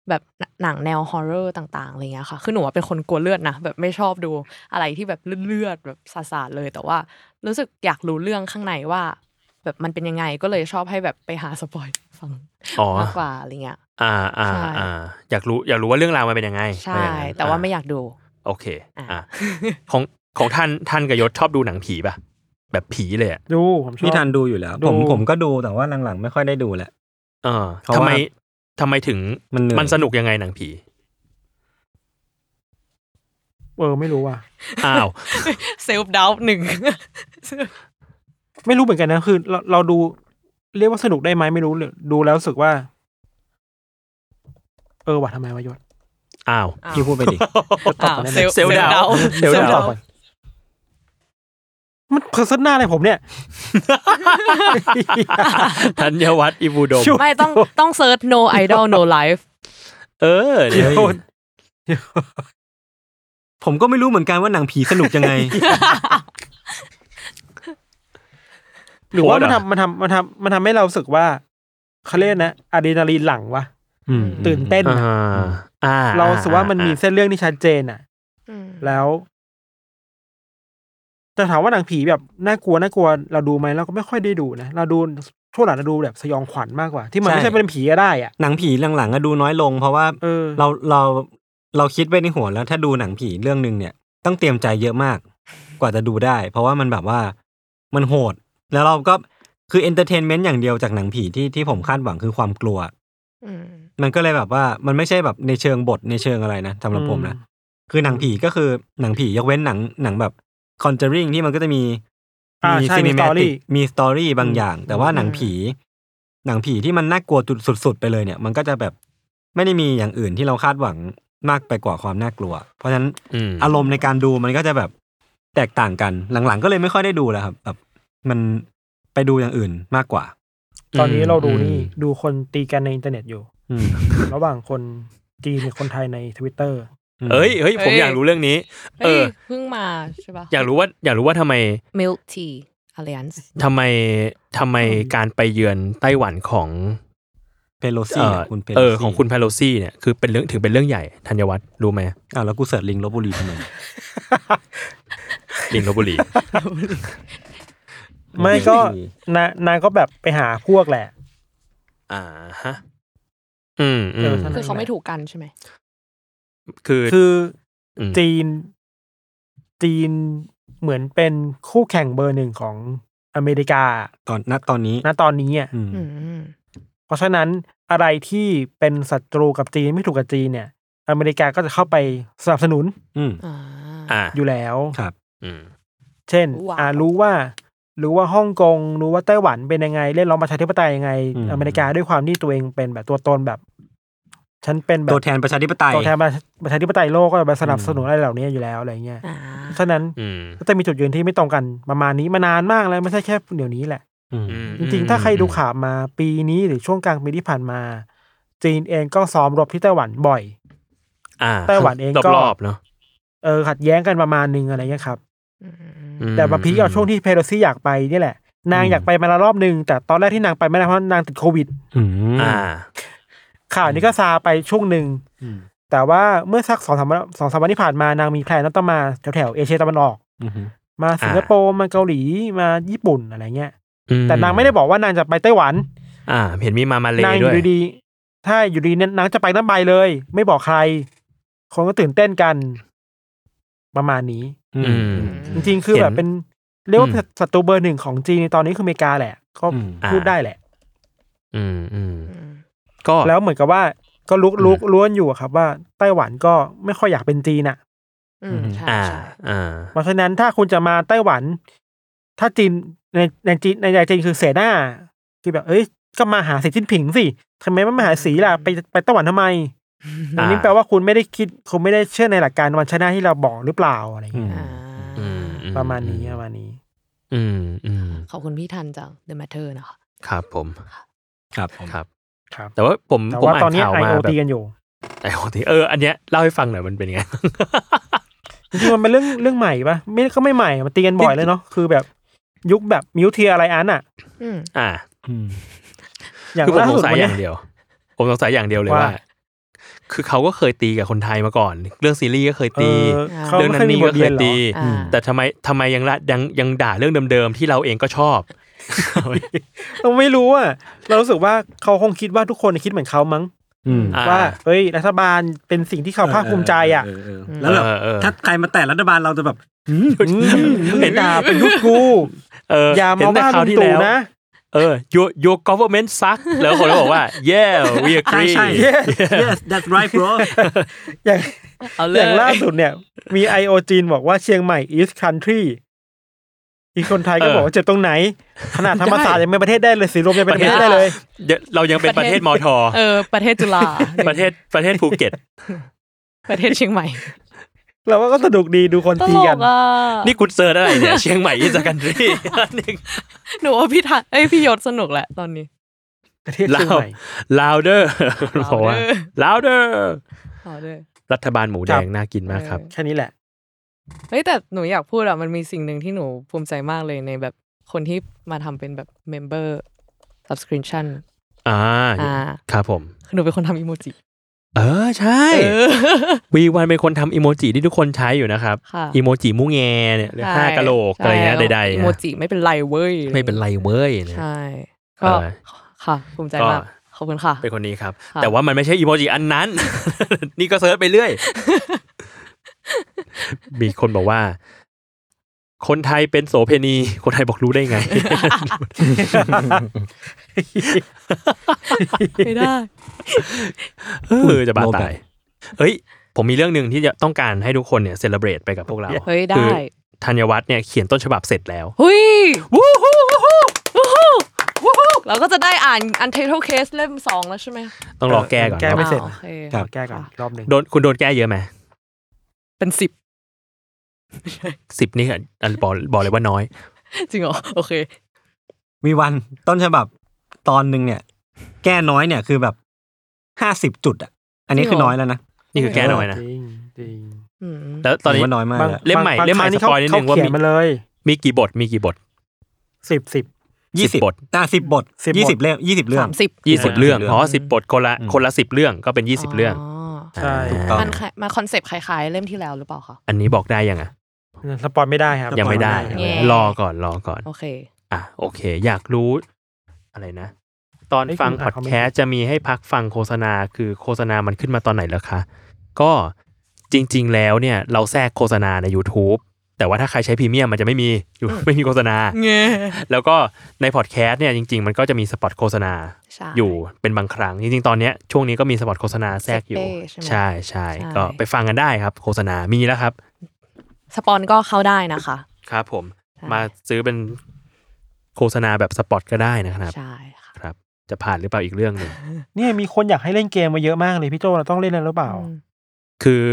S5: แบบหนังแนวฮอร์เรอร์ต่างๆอะไรเงี้ยค่ะ คือหนูอะเป็นคนกลัวเลือดนะแบบไม่ชอบดูอะไรที่แบบเลือดๆแบบสาดๆเลย แต่ว่ารู้สึกอยากรู้เรื่องข้างในว่า แบบมันเป็นยังไงก็เลยชอบให้แบบไปหาสปอยฟัง
S4: อ๋อ
S5: มากกว่าอะไรเงี้ย
S4: อ่าอ่า
S5: ใช่
S4: อ่าอยากรู้อยากรู้ว่าเรื่องราวมันเป็นยังไง
S5: ใช่
S4: ว่าอย่างนั้น
S5: แต่ว่าไม่อยากดู
S4: โอเค
S5: อ่า
S4: อ่าของของท่านท่านกับยศชอบดูหนังผีป่ะ แบบผีเลยอะ
S3: ดูผมชอบ
S2: พี่ทันดูอยู่แล้ว
S3: ดู
S2: ผมผมก็ดูแต่ว่าหลังๆ ไม่ค่อยได้ดูแหละ
S4: เออ
S2: เพราะ
S4: ทำ
S2: ว่า
S4: ไมทำไมถึง
S2: มันเหนื่อย
S4: มันสนุกยังไงหนังผี
S3: เออไม่รู้ว่ะ
S4: อ้าว
S5: เซลฟ์ดาวหนึ่ง
S3: ไม่รู้เหมือนกันนะคือเราเราดูเรียกว่าสนุกได้ไหมไม่รู้เลยดูแล้วรู้สึกว่า เออว่ะทำไมวะยศ
S4: อ้าว
S2: พี่พูดไปดิ
S5: อ้าวเซลล์
S4: เซลล์ดาว
S5: ดาว
S4: เดี๋ยว
S3: เซลล์
S4: เดี๋ยว
S3: ต่อก่อนมันเพอร์เซนหน้าอะไรผม
S4: [laughs]
S3: เนี่ย
S4: ธัญวัฒน์อิบูดม
S3: ชุบ
S5: ไม่ต้องต้องเซิร์ช no idol no life
S4: เออเดี๋ยว
S2: เฮ้ย [laughs] ผมก็ไม่รู้เหมือนกันว่าหนังผีสนุกยังไง
S3: หรือว่ามัน
S4: โพสต์เหรอ
S3: ทำมันทำมันทำมันทำให้เรารู้สึกว่าเขาเรียกนะอะดรีนาลีนหลั่งวะ
S2: อืม
S3: ตื่นเต้น
S4: อ่า
S3: อะ
S4: อ่า
S3: เรารู้สึกว่ามันมีเส้นเรื่องที่ชัดเจนอ่ะ
S5: อืม
S3: แล้ว แต่ถามว่าหนังผีแบบน่ากลัวน่ากลัว เราดูไหมเราก็ไม่ค่อยได้ดูนะเราดูช่วงหลังเราดูแบบสยองขวัญมากกว่า ที่มัน
S2: ใช่
S3: ไม่ใช่เป็นผีก็ได้อ่ะ
S2: หนังผีหลังๆก็ดูน้อยลง เพราะว่า
S3: เออ
S2: เราเราเราคิดไว้ในหัวแล้วถ้าดูหนังผีเรื่องหนึ่งเนี่ย ต้องเตรียมใจเยอะมาก กว่าจะดูได้ เพราะว่ามันแบบว่ามันโหด แล้วเราก็คือเอนเตอร์เทนเมนต์อย่างเดียวจากหนังผีที่ที่ผมคาดหวังคือความกลัว
S5: อืม
S2: มันก็เลยแบบว่ามันไม่ใช่แบบในเชิงบทในเชิงอะไรนะสำหรับผมนะ คือหนังผีก็คือหนังผียกเว้นหนังหนังแบบ Conjuring ที่มันก็จะมี
S3: อ่าใช่มีสตอ
S2: cinematic
S3: รี่
S2: มีสตอรี่บางอย่าง
S3: อืม
S2: แต่ว่าหนังผี หนังผีที่มันน่ากลัวจุดสุด ๆ ไปเลยเนี่ย มันก็จะแบบไม่ได้มีอย่างอื่นที่เราคาดหวังมากไปกว่าความน่ากลัว เพราะฉะนั้น
S4: อืม
S2: อารมณ์ในการดูมันก็จะแบบแตกต่างกันหลังๆ ก็เลยไม่ค่อยได้ดูแล้วครับแบบมันไปดูอย่างอื่นมากกว่า
S3: ตอนนี้เราดูนี่
S4: อืม
S3: ดูคนตีกันในอินเทอร์เน็ตอยู่
S2: อืม
S3: ระหว่างคนจีนกับคนไทยในทวิตเตอร์
S4: เอ้ยเฮ้ยผมอยากรู้เรื่องนี้
S5: เฮ้ย
S4: เออ
S5: เพิ่งมาใช่ปะ
S4: อยากรู้ว่าอยากรู้ว่าทำไม
S5: milk tea alliance
S4: ทำไมทำไมการไปเยือนไต้หวันของ
S2: เพโล
S4: เอ
S2: ซี่
S4: อ
S2: คุณเพโล
S4: เอ
S2: ซี่
S4: อของคุณไพโลซี่เนี่ยคือเป็นเรื่องถึงเป็นเรื่องใหญ่ธัญวัฒน์รู้ไหม
S2: อ้าวแล้วกูเสิร์ชลิงก์ลบบุรีทำไม
S4: ลิงลพบุรี
S3: [laughs] ไม่
S2: [laughs]
S3: ก็นานางก็แบบไปหาพวกแหละ
S4: อ่าฮะอืมอื
S3: เอ
S4: ม
S3: อท่าน
S5: คือเขาไม่ถูกกันใช่ไหม
S4: คือ
S3: คือ
S4: อืม
S3: จีน จีนเหมือนเป็นคู่แข่งเบอร์หนึ่งของอเมริกา
S2: ตอนณตอนนี้
S3: ณตอนนี้อ่ะ
S2: อืม
S5: อืม
S3: เพราะฉะนั้นอะไรที่เป็นศัตรูกับจีนไม่ถูกกับจีนเนี่ย อเมริกาก็จะเข้าไปสนับสนุน
S2: อืม
S5: อ่า
S4: อ่า
S3: อยู่แล้ว
S2: ครับ
S4: อืม
S3: เช่น
S5: ว้าว
S3: อ่ารู้ว่า รู้ว่าฮ่องกง รู้ว่าไต้หวันเป็นยังไง เล่นร้องประชาธิปไตยยังไง
S2: อืม
S3: อเมริกาด้วยความที่ตัวเองเป็นแบบตัวตนแบบ ฉันเป็นแบบ
S2: ตัวแทนประชาธิปไตย
S3: ตัวแทนประชาธิปไตยโลกก็แบบสนับสนุนอะไรเหล่านี้อยู่แล้วอะไรเงี้ย
S5: อ่า
S3: เพราะฉะนั้น
S4: อืม
S3: ก็จะมีจุดยืนที่ไม่ตรงกันประมาณนี้มานานมากแล้วไม่ใช่แค่เดี๋ยวนี้แหละ
S2: อืม
S4: อืม
S3: จริงๆ ถ้าใครดูข่าวมาปีนี้หรือช่วงกลางปีที่ผ่านมา จีนเองก็ซ้อมรบที่ไต้หวันบ่อย
S4: อ่า
S3: ไต้หวันเองก็
S4: รอบๆเนาะ
S3: เออขัดแย้งกันประมาณนึงอะไรเงี้ยครับ
S5: อืม
S4: อืม
S3: แต่มาพีคเอาช่วงที่เพโลซี่อยากไปนี่แหละ นาง
S2: อืม
S3: อยากไปมาแล้วรอบนึง แต่ตอนแรกที่นางไปไม่ได้เพราะนางติดโควิด
S2: อืม
S4: อ่า
S3: ข่าวนี้ก็ซาไปช่วงหนึ่ง
S2: อืม
S3: แต่ว่าเมื่อสักสองสามวันสองสามวันที่ผ่านมานางมีแพลนต้องมาแถวแถวๆเอเชียตะวันออก
S2: อือฮึ
S3: มาสิงคโปร์มาเกาหลีมาญี่ปุ่นอะไรเงี้ย
S4: อื
S3: แต่นางไม่ได้บอกว่านางจะไปไต้หวัน
S4: อ่า เห็นมีมามาเล
S3: นางอ
S4: ด้ว
S3: ยู่
S4: ย
S3: ดีๆถ้าอยู่ดีๆนางจะไปนั่นไปเลย ไม่บอกใคร คนก็ตื่นเต้นกัน ประมาณนี้
S2: อื
S4: อื
S2: ม
S4: ม
S3: จริงๆ คือ
S4: เห็น
S3: แบบเป็นเรียกว่า
S4: อืม
S3: ศัตรูเบอร์หนึ่งของจีนในตอนนี้คืออเมริกาแหละ ก็
S2: อืม
S3: พูด
S4: อ่า
S3: ได้แหละ
S4: อืมอืม
S5: อืม
S4: ก็
S3: แล้วเหมือนกับว่าก็ลุก
S4: อืม
S3: ลุกล้วนอยู่อะครับว่าไต้หวันก็ไม่ค่อยอยากเป็นจีนอ่ะ
S5: อืมใช่
S4: อ่า
S5: ใช่
S4: อ่า
S3: เพราะฉะนั้นถ้าคุณจะมาไต้หวัน ถ้าจีนในในจีนในใจจีนคือเสหน้าคือแบบ เอ้ยก็มาหาสีจิ้นผิงสิทำไมไม่มาหาสีล่ะไปไปไต้หวันทำไม อันนี้
S4: อ่า
S3: แปลว่าคุณไม่ได้คิดคุณไม่ได้เชื่อในหลักการวันชนะที่เราบอกหรือเปล่าอะไรอย่างเงี้ย
S5: อ่า
S4: อืมอื
S3: ประมาณนี้ประมาณนี้
S4: อืมอืม
S5: ขอบคุณพี่ทันจาก The Matter นะคะ
S4: ครับผม
S2: ครับผม
S4: ครับ
S3: ครับ
S4: แต่ว่าผม
S3: แต่
S4: ผม
S3: ว่า
S4: อ่า
S3: ตอน
S4: น
S3: นี้
S4: ข่าวมาแบ
S3: IoT
S4: บ
S3: กันอยู่
S4: ไอโอทีเอออันเนี้ยเล่าให้ฟังหน่อยมันเป็นยังไง
S3: จริงๆมันเป็นเรื่องเรื่องใหม่ปะไม่ก็ไม่ใหม่มันตีกันบ่อยเลยเนาะคือแบบยุคแบบมิวเทียอะไรอันอะ
S5: อืม
S4: อ่า
S3: อย่าง
S4: คือผม
S3: ล่า
S4: สง
S3: สุด
S4: สัย
S3: วัน
S4: อ
S3: เนี้
S4: ย่าย งเดียว ผมสงสัยอย่างเดียวเลย
S3: ว่า
S4: ว่า คือเขาก็เคยตีกับคนไทยมาก่อน เรื่องซีรีส์ก็เคย
S3: เอ
S4: ตี
S3: อเขา
S4: เรื่อง
S3: ไม่
S4: นั้
S3: เคยมี
S4: น
S3: บ
S4: นี่
S3: ท
S4: ก็เค
S3: เรีย
S4: ย
S3: นเหรอ
S4: ตี
S5: อ่า
S4: แต่ทำไมทำไมยังละยังยังด่าเรื่องเดิมๆที่เราเองก็ชอบ
S3: [laughs] เราไม่รู้อะเรารู้สึกว่าเขาคงคิดว่าทุกคนคิดเหมือนเขามั้ง
S8: อืม
S4: อ่า
S3: ว่าเอ้ยรัฐบาลเป็นสิ่งที่เขาภาคภูมิใจอะ
S6: เเอเออแล้วแบบ
S4: เออเออ
S6: ถ้าใครมาแตะรัฐบาลเราจะแบบ
S3: เห็นด่าเป็นยุคกู
S4: เออ
S3: อย่า
S4: เห็
S3: มาน
S4: แต่
S3: ว่า
S4: คราว
S3: ลุ
S4: ที่
S3: งตู่
S4: แล้ว
S3: นะ
S4: เออ your your government suck แล้วคนก็บอกว่า yeah we
S6: ใช่
S4: agree
S6: ใช่ yes that's right bro
S3: อย่าง
S4: เอาเล
S3: อย ย่างล่าสุด
S4: [laughs]
S3: เนี่ย มีไอโอจีนบอกว่าเชียงใหม่ East Country อีกคนไทยก็บอกว่าเจ็บตรงไหน ขนาดธรรมศาสตร์ยังเป็นประเทศได้เลยสีลมยังเป็นประเทศได้เลย
S4: เดี๋ยวเรายังเป็นประเทศมอทอ
S5: เออ ประเทศจุฬา
S4: ประเทศประเทศภูเก็ต
S5: ประเทศเชียงใหม่
S3: เราว่าก็สนุกดีดูคนตีกัน
S5: อ่ะ
S4: นี่คุณเซิร์ชอะไรเนี่ย เชียงใหม่อินสกันรีนี่ [laughs]
S5: หนูว่าพี่ทันเอ้ยพี่ยศสนุกแหละตอนนี้
S3: ประเทศเชียงใหม่
S4: louder บอกว่า louder
S5: เอาด้วย
S4: รัฐบาลหมูแด
S3: ครั
S4: ง
S3: บ
S4: น่ากินมากครับ
S3: แค่นี้แหละ
S5: เฮ้ยแต่หนูอยากพูดอะมันมีสิ่งหนึ่งที่หนูภูมิใจมากเลยในแบบคนที่มาทำเป็นแบบ member subscription
S4: อ่า
S5: อ่า
S4: ครับผม
S5: คือหนูเป็นคนทำอีโมจิ
S4: เออใช่
S5: เออ
S4: วีวันเป็นคนทำอีโมจิที่ทุกคนใช้อยู่นะครับ
S5: ค่ะ
S4: อีโมจิมุ้งแงเนี่ยหรือห้ากะโหลก
S5: ใช่
S4: อะไรเงี้ยใดๆ
S5: อี
S4: นะ
S5: โมจิไม่เป็นไรเว้ย
S4: ไม่เป็นไรเว้ยนะ
S5: ใช่ ก็
S4: เออ
S5: ค่ะ ภูมิใจมาก
S4: ก็
S5: ขอบคุณค่ะ
S4: เป็นคนนี้ครับ
S5: ค่ะ
S4: แต่ว่ามันไม่ใช่อีโมจิอันนั้น [laughs] นี่ก็เซิร์ชไปเรื่อย [laughs] มีคนบอกว่า คนไทยเป็นโสเพณี คนไทยบอกรู้ได้ไง [laughs]
S5: ไม่ได้
S4: เออจะบ้า
S8: โลแบ
S4: ตา
S8: บ
S4: ยเฮ้ย ผมมีเรื่องหนึ่งที่จะต้องการให้ทุกคนเนี่ยเซเลบรตไปกับพวกเรา
S5: เฮ้ยได้
S4: คือธัญวัฒน์เนี่ยเขียนต้นฉบับเสร็จแล้ว
S5: หุยวู้ฮู้วู้ฮู้วู้ฮู้วู้ฮู้เราก็จะได้อ่านอันเท l e เคสเล่มสองแล้วใช่ไหม
S4: ต้องรอแก้ก่อน
S3: แก้ไม่
S4: เนาะ
S3: เสร็จ
S5: อ่าโอเค
S3: ขอแก้ก่อนรอบหนึ่ง
S4: โดนคุณโดนแก้เยอะไหม
S5: เป็นสิบ
S4: สิบนี่อ่ะอันบอกบอกเลยว่าน้อย
S5: จริงเหรอโอเค
S2: วีวันต้นฉบับตอนหนึ่งเนี่ย แก้น้อยเนี่ยคือแบบห้าสิบจุดอ่ะ อันนี้
S5: จริงเห
S2: คือ
S5: รอ
S2: น้อยแล้วนะ
S4: นี่คือแก้น้อยนะ
S3: จริงจริง
S5: อืม
S4: แล้วตอนนี้
S2: ผมว่าน้อยมาก
S3: บาง
S2: แล้ว
S4: เล่มใหม่
S3: บาง
S4: เล่มใหม่
S3: ครั้งนี่
S4: สปอยนิดนึง
S3: เข
S4: ว่ามี
S3: เขียนมาเลย
S4: มีกี่บท มีกี่บท
S3: สิบสิบ
S2: ยี่สิบ
S4: 10บท
S2: อ่ะสิบบท
S3: 10บท
S2: ยี่สิบเล่มยี่สิบเรื่อง
S5: สามสิบ
S4: ยี่สิบ
S2: อ่า
S4: เรื่อง
S2: เรื่อง
S4: อ๋อสิบบทคนละ
S2: อืม
S4: คนละสิบเรื่องก็เป็นยี่สิบเรื่อง
S3: ใช่
S2: ถูกต้อง
S5: มันคล้ายมาคอนเซปต์คล้ายๆ เล่มที่แล้วหรือเปล่าคะ
S4: อันนี้บอกได้ยังอ่ะ
S3: สปอยไม่ได้ครับ
S4: ยังไม่ได้
S5: แย่
S4: รอก่อนรอก่อน
S5: โอเค
S4: อ่ะโอเค อยากรู้ อะไรนะ ตอน
S3: เอ้ย
S4: ฟัง
S3: คุณ
S4: พ
S3: อ่า
S4: อน ด
S3: คอมเมนต์
S4: แคสต์จะมีให้พักฟังโฆษณาคือโฆษณามันขึ้นมาตอนไหนแล้วคะ ก็จริง ๆ แล้วเนี่ย เราแทรกโฆษณาใน YouTube แต่ว่าถ้าใครใช้พรีเมียมมันจะไม่มี [laughs] อยู่ ไม่มีโฆษณา
S5: เง
S4: แล้วก็ในพอดแคสต์เนี่ยจริง ๆ มันก็จะมีสปอตโฆษณา
S5: ใช่
S4: อยู่เป็นบางครั้ง จริง ๆ ตอนเนี้ยช่วงนี้ก็มีสปอตโฆษณาแทรกอยู่
S5: เซเป้ใช่
S4: ใช่ใช่
S5: ไหมใช่
S4: ก็ไปฟังกันได้ครับ โฆษณามีแล้วครับ
S5: สปอนก็เข้าได้นะคะ
S4: ครับ ผม
S5: ใช่
S4: มาซื้อเป็นโฆษณาแบบสปอตก็ได้นะครับ
S5: ใช่ค่ะ
S4: ครับจะผ่านหรือเปล่าอีกเรื่องหนึ่ง
S3: เนี่ยมีคนอยากให้เล่นเกมมาเยอะมากเลยพี่โจเราต้องเล่นแล้วหรือเปล่า
S5: อืม
S4: คือ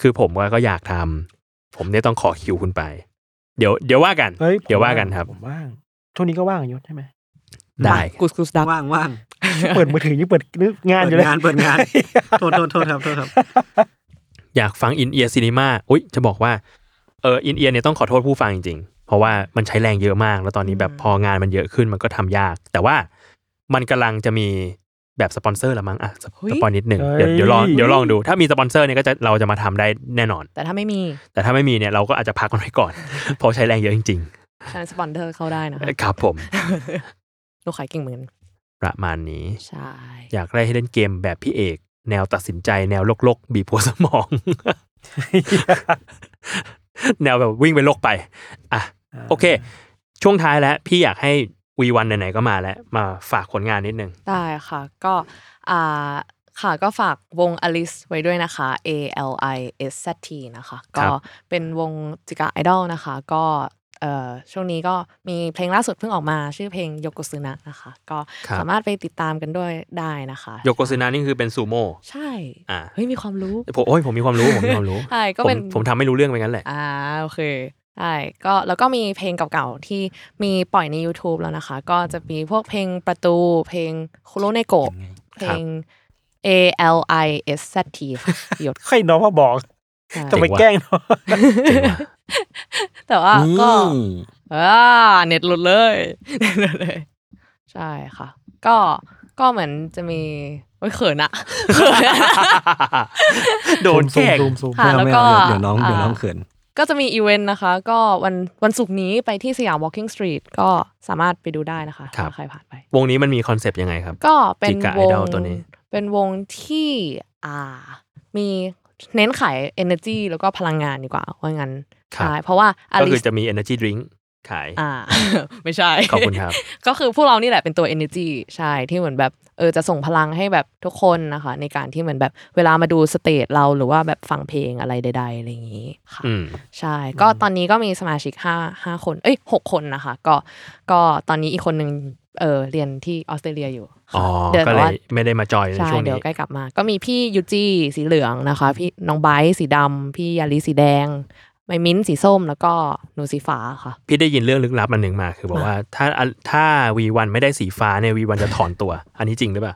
S4: คือผมว่าก็อยากทำผมเนี่ยต้องขอคิวคุณไป เดี๋ยวเดี๋ยวว่ากัน
S3: เฮ้ยผม
S4: เดี๋ยวว่ากันครับ
S3: ผมว่างช่วงนี้ก็ว่างอยู่ใช่ไหม
S4: ได้
S5: มากุสกุสดัก
S6: ว่างว่าง
S3: เปิดมือถือยังเปิดงานอยู่เลย
S6: งานเปิดงาน
S3: [laughs]
S6: โทษโทษโทษครับโทษครับ
S4: อยากฟังอินเอียร์ซีนีมาอุ้ยจะบอกว่าเอออินเอียร์เนี่ยต้องขอโทษผู้ฟังจริงๆ เพราะว่ามันใช้แรงเยอะมาก แล้วตอนนี้แบบพองานมันเยอะขึ้นมันก็ทำยาก แต่ว่ามันกำลังจะมี แบบสปอนเซอร์ละมั้งอ่ะสป
S5: เฮ้ย
S4: สปอนนิดหนึ่งเดี๋ยวเดี๋ยวลองเดี๋ยวลองดูถ้ามีสปอนเซอร์เนี่ยก็จะเราจะมาทำได้แน่นอน
S5: แต่ถ้าไม่มี
S4: แต่ถ้าไม่มีเนี่ยเราก็อาจจะพักมันไว้ก่อน [laughs] เพราะใช้แรงเยอะจริง
S5: ฉะนันสปอนเซอร์เข้าได้นะคะ [laughs]
S4: ๆ ครับผม
S5: หนูขายเก่งเหมือนกัน
S4: ประมาณนี้
S5: ใช่
S4: อยากได้ให้เล่นเกมแบบพี่เอก แนวตัดสินใจแนวโลกๆบีบหัวสมอง [laughs] แนวแบบวิ่งไปโลกไป อ่ะ โอเค ช่วงท้ายแล้วพี่อยากให้วีวันไหนๆก็มาแล้ว มาฝากผลงานนิดนึง
S5: ได้ค่ะก็อ่าค่ะก็ฝากวง Alice ไว้ด้วยนะคะ A L I S Z T นะคะ
S4: ครั
S5: ก็
S4: บ
S5: เป็นวงจิกาไอดอลนะคะ ก็เอ่อช่วงนี้ก็มีเพลงล่าสุดเพิ่งออกมาชื่อเพลงโยโกซึนะนะคะ ก็สามารถไปติดตามกันด้วยได้นะคะ
S4: โยโกซึนะนี่คือเป็นซูโม่
S5: ใช่
S4: อ่ะ
S5: เฮ้ยมีความรู้
S4: ผมโอ้ยผมมีความรู้ ผมมีความรู้
S5: [laughs] ใช่ก็
S4: ผม
S5: เป็น
S4: ผมทำไม่รู้เรื่องไปงั้น
S5: [laughs]
S4: แหละ
S5: อ่าโอเคใช่ก็แล้วก็มีเพลงเก่าๆที่มีปล่อยใน YouTube แล้วนะคะ ก็จะมีพวกเพลงประตูเพลงคุโรเนโกะเพลง A L I S Z T ค่ะหย [laughs] ด
S3: ใครน้องมาบอก
S5: ใช่
S3: จะไป
S4: เจ๋งว่ะ
S3: แกล้งน้อง
S5: แต่ว่าก็
S4: นี่
S5: อ่าเน็ตหลุดเลย [laughs] เน็ตหลุดเลย ใช่ค่ะ ก็ก็เหมือนจะมีโอ้ยเขินอะ [laughs] เขินอะ
S4: โดนแกล้ง
S3: ซูมซูมซูม
S5: ค่ะ
S2: ไม่เอา
S5: แล้วก็
S2: ไม่เอาเดี๋ยวเดี๋ยวน้องเดี๋ยวน้อง
S5: อ่า
S2: เขิน
S5: ก็จะมีอีเวนต์นะคะ ก็วันวันศุกร์นี้ไปที่สยาม Walking Street ก็สามารถไปดูได้นะคะ
S4: ครับ
S5: ถ้าใครผ่านไป
S4: วงนี้มันมีคอนเซปต์ยังไงครับ
S5: ก็เป็น
S4: จิกะ
S5: วง
S4: Idol ตัวนี้
S5: เป็นวงที่อ่า มีเน้นขาย energy แล้วก็พลังงานดีกว่าว่างั้น
S4: ครับ
S5: ใช่เพราะว่าอ
S4: ก็
S5: ลิ
S4: คือ
S5: ส
S4: จะมี energy drink ขาย
S5: อ่า [laughs] ไม่ใช่
S4: ขอบคุณครับ
S5: [laughs] ก็คือพวกเรานี่แหละเป็นตัว energy ใช่ที่เหมือนแบบเออจะส่งพลังให้แบบทุกคนนะคะ ในการที่เหมือนแบบเวลามาดูสเตจเราหรือว่าแบบฟังเพลงอะไรใดๆอะไรอย่างนี้ค่ะ
S4: อืม
S5: ใช่ ก็ตอนนี้ก็มีสมาชิก5 5คน เอ้ย6คนนะคะ ก็ก็ตอนนี้อีกคนนึงเออเรียนที่ออสเตรเลียอยู่ค่ะ
S4: อ๋อ
S5: ดี๋ว
S4: ก็
S5: แต่
S4: เล
S5: ว่าย
S4: ไม่ได้มาจอยใน
S5: ใช่
S4: ช่วง
S5: เดี๋ย
S4: นี้
S5: วใกล้กลับมา ก็มีพี่ยูจีสีเหลืองนะคะ พี่น้องไบร์ทสีดำพี่ยาลิสีแดงไมมิ้นท์สีส้มแล้วก็หนูสีฟ้าค่ะ
S4: พี่ได้ยินเรื่องลึกลับอันหนึ่งมา คือบอกว่าถ้าถ้าวีวันไม่ได้สีฟ้าเนี่ยวีวันจะถอนตัว อันนี้จริงหรือเปล่า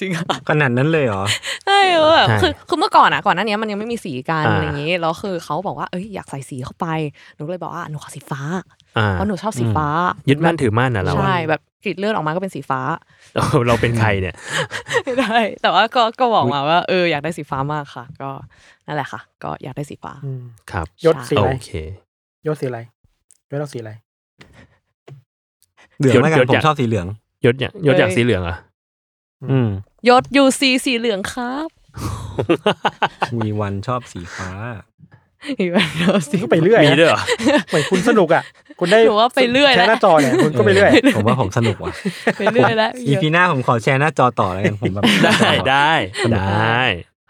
S5: จริงค่ะ
S2: ขนาดนั้นเลยเหรอ
S5: ใช่เออ
S4: ใช่
S5: คือคือเมื่อก่อนอ่ะก่อนหน้านี้มันยังไม่มีสีกัน
S4: อ่า
S5: อะไรอย่างนี้แล้วคือเขาบอกว่าเอ้ยอยากใส่สีเข้าไปหนูก็เลยบอกว่าหนูขอสีฟ้า
S4: อ่า
S5: เพราะหนูชอบสีฟ้า
S4: อืมยึดมั่นถือมั่นนะเราอะ [laughs]
S5: ใช่แบบกรีดเลือดออกมาก็เป็นสีฟ้า
S4: เราเราเป็นใครเนี่ย
S5: ไม่ได้ แต่ว่าก็ก็บอกมาว่าเอออยากได้สีฟ้ามากค่ะ ก็นั่นแหละค่ะ ก็อยากได้สีฟ้า
S3: อืม
S4: ครับ
S3: ยศสี
S5: ใช่
S3: อะไร
S4: โอเค
S3: ยศสีอะไรยศเราสีอะไร
S2: เหลืองแล้วกัน
S4: ยศ
S2: ผ
S4: ย
S2: ม
S4: ศ
S2: ชอบสีเหลือง
S4: ยศเนี่ยยศอยากสีเหลืองเหรอ่ะ
S2: อืม
S5: ยศยูซีสีเหลืองครับ [laughs]
S2: มีวันชอบสีฟ้า
S5: อยู่บนรถสี
S3: ก็ไปเรื่อย
S4: มีด้วยเหรอ
S3: เหมือนคุณสนุกอ่ะ คุณได้
S5: หนูว่าไปเรื่อยแหละ
S3: แค่หน้าจอเนี่ยคุณก็ไป
S4: [laughs]
S3: เรื่อย
S2: ผมว่าผมสนุกว่ะ
S5: ไปเรื่อยแล้ว
S2: อีพีหน้าผมขอแชร์หน้าจอต่อแล้วกันผมแบบ
S4: ได้ได้
S2: ได้
S4: ได้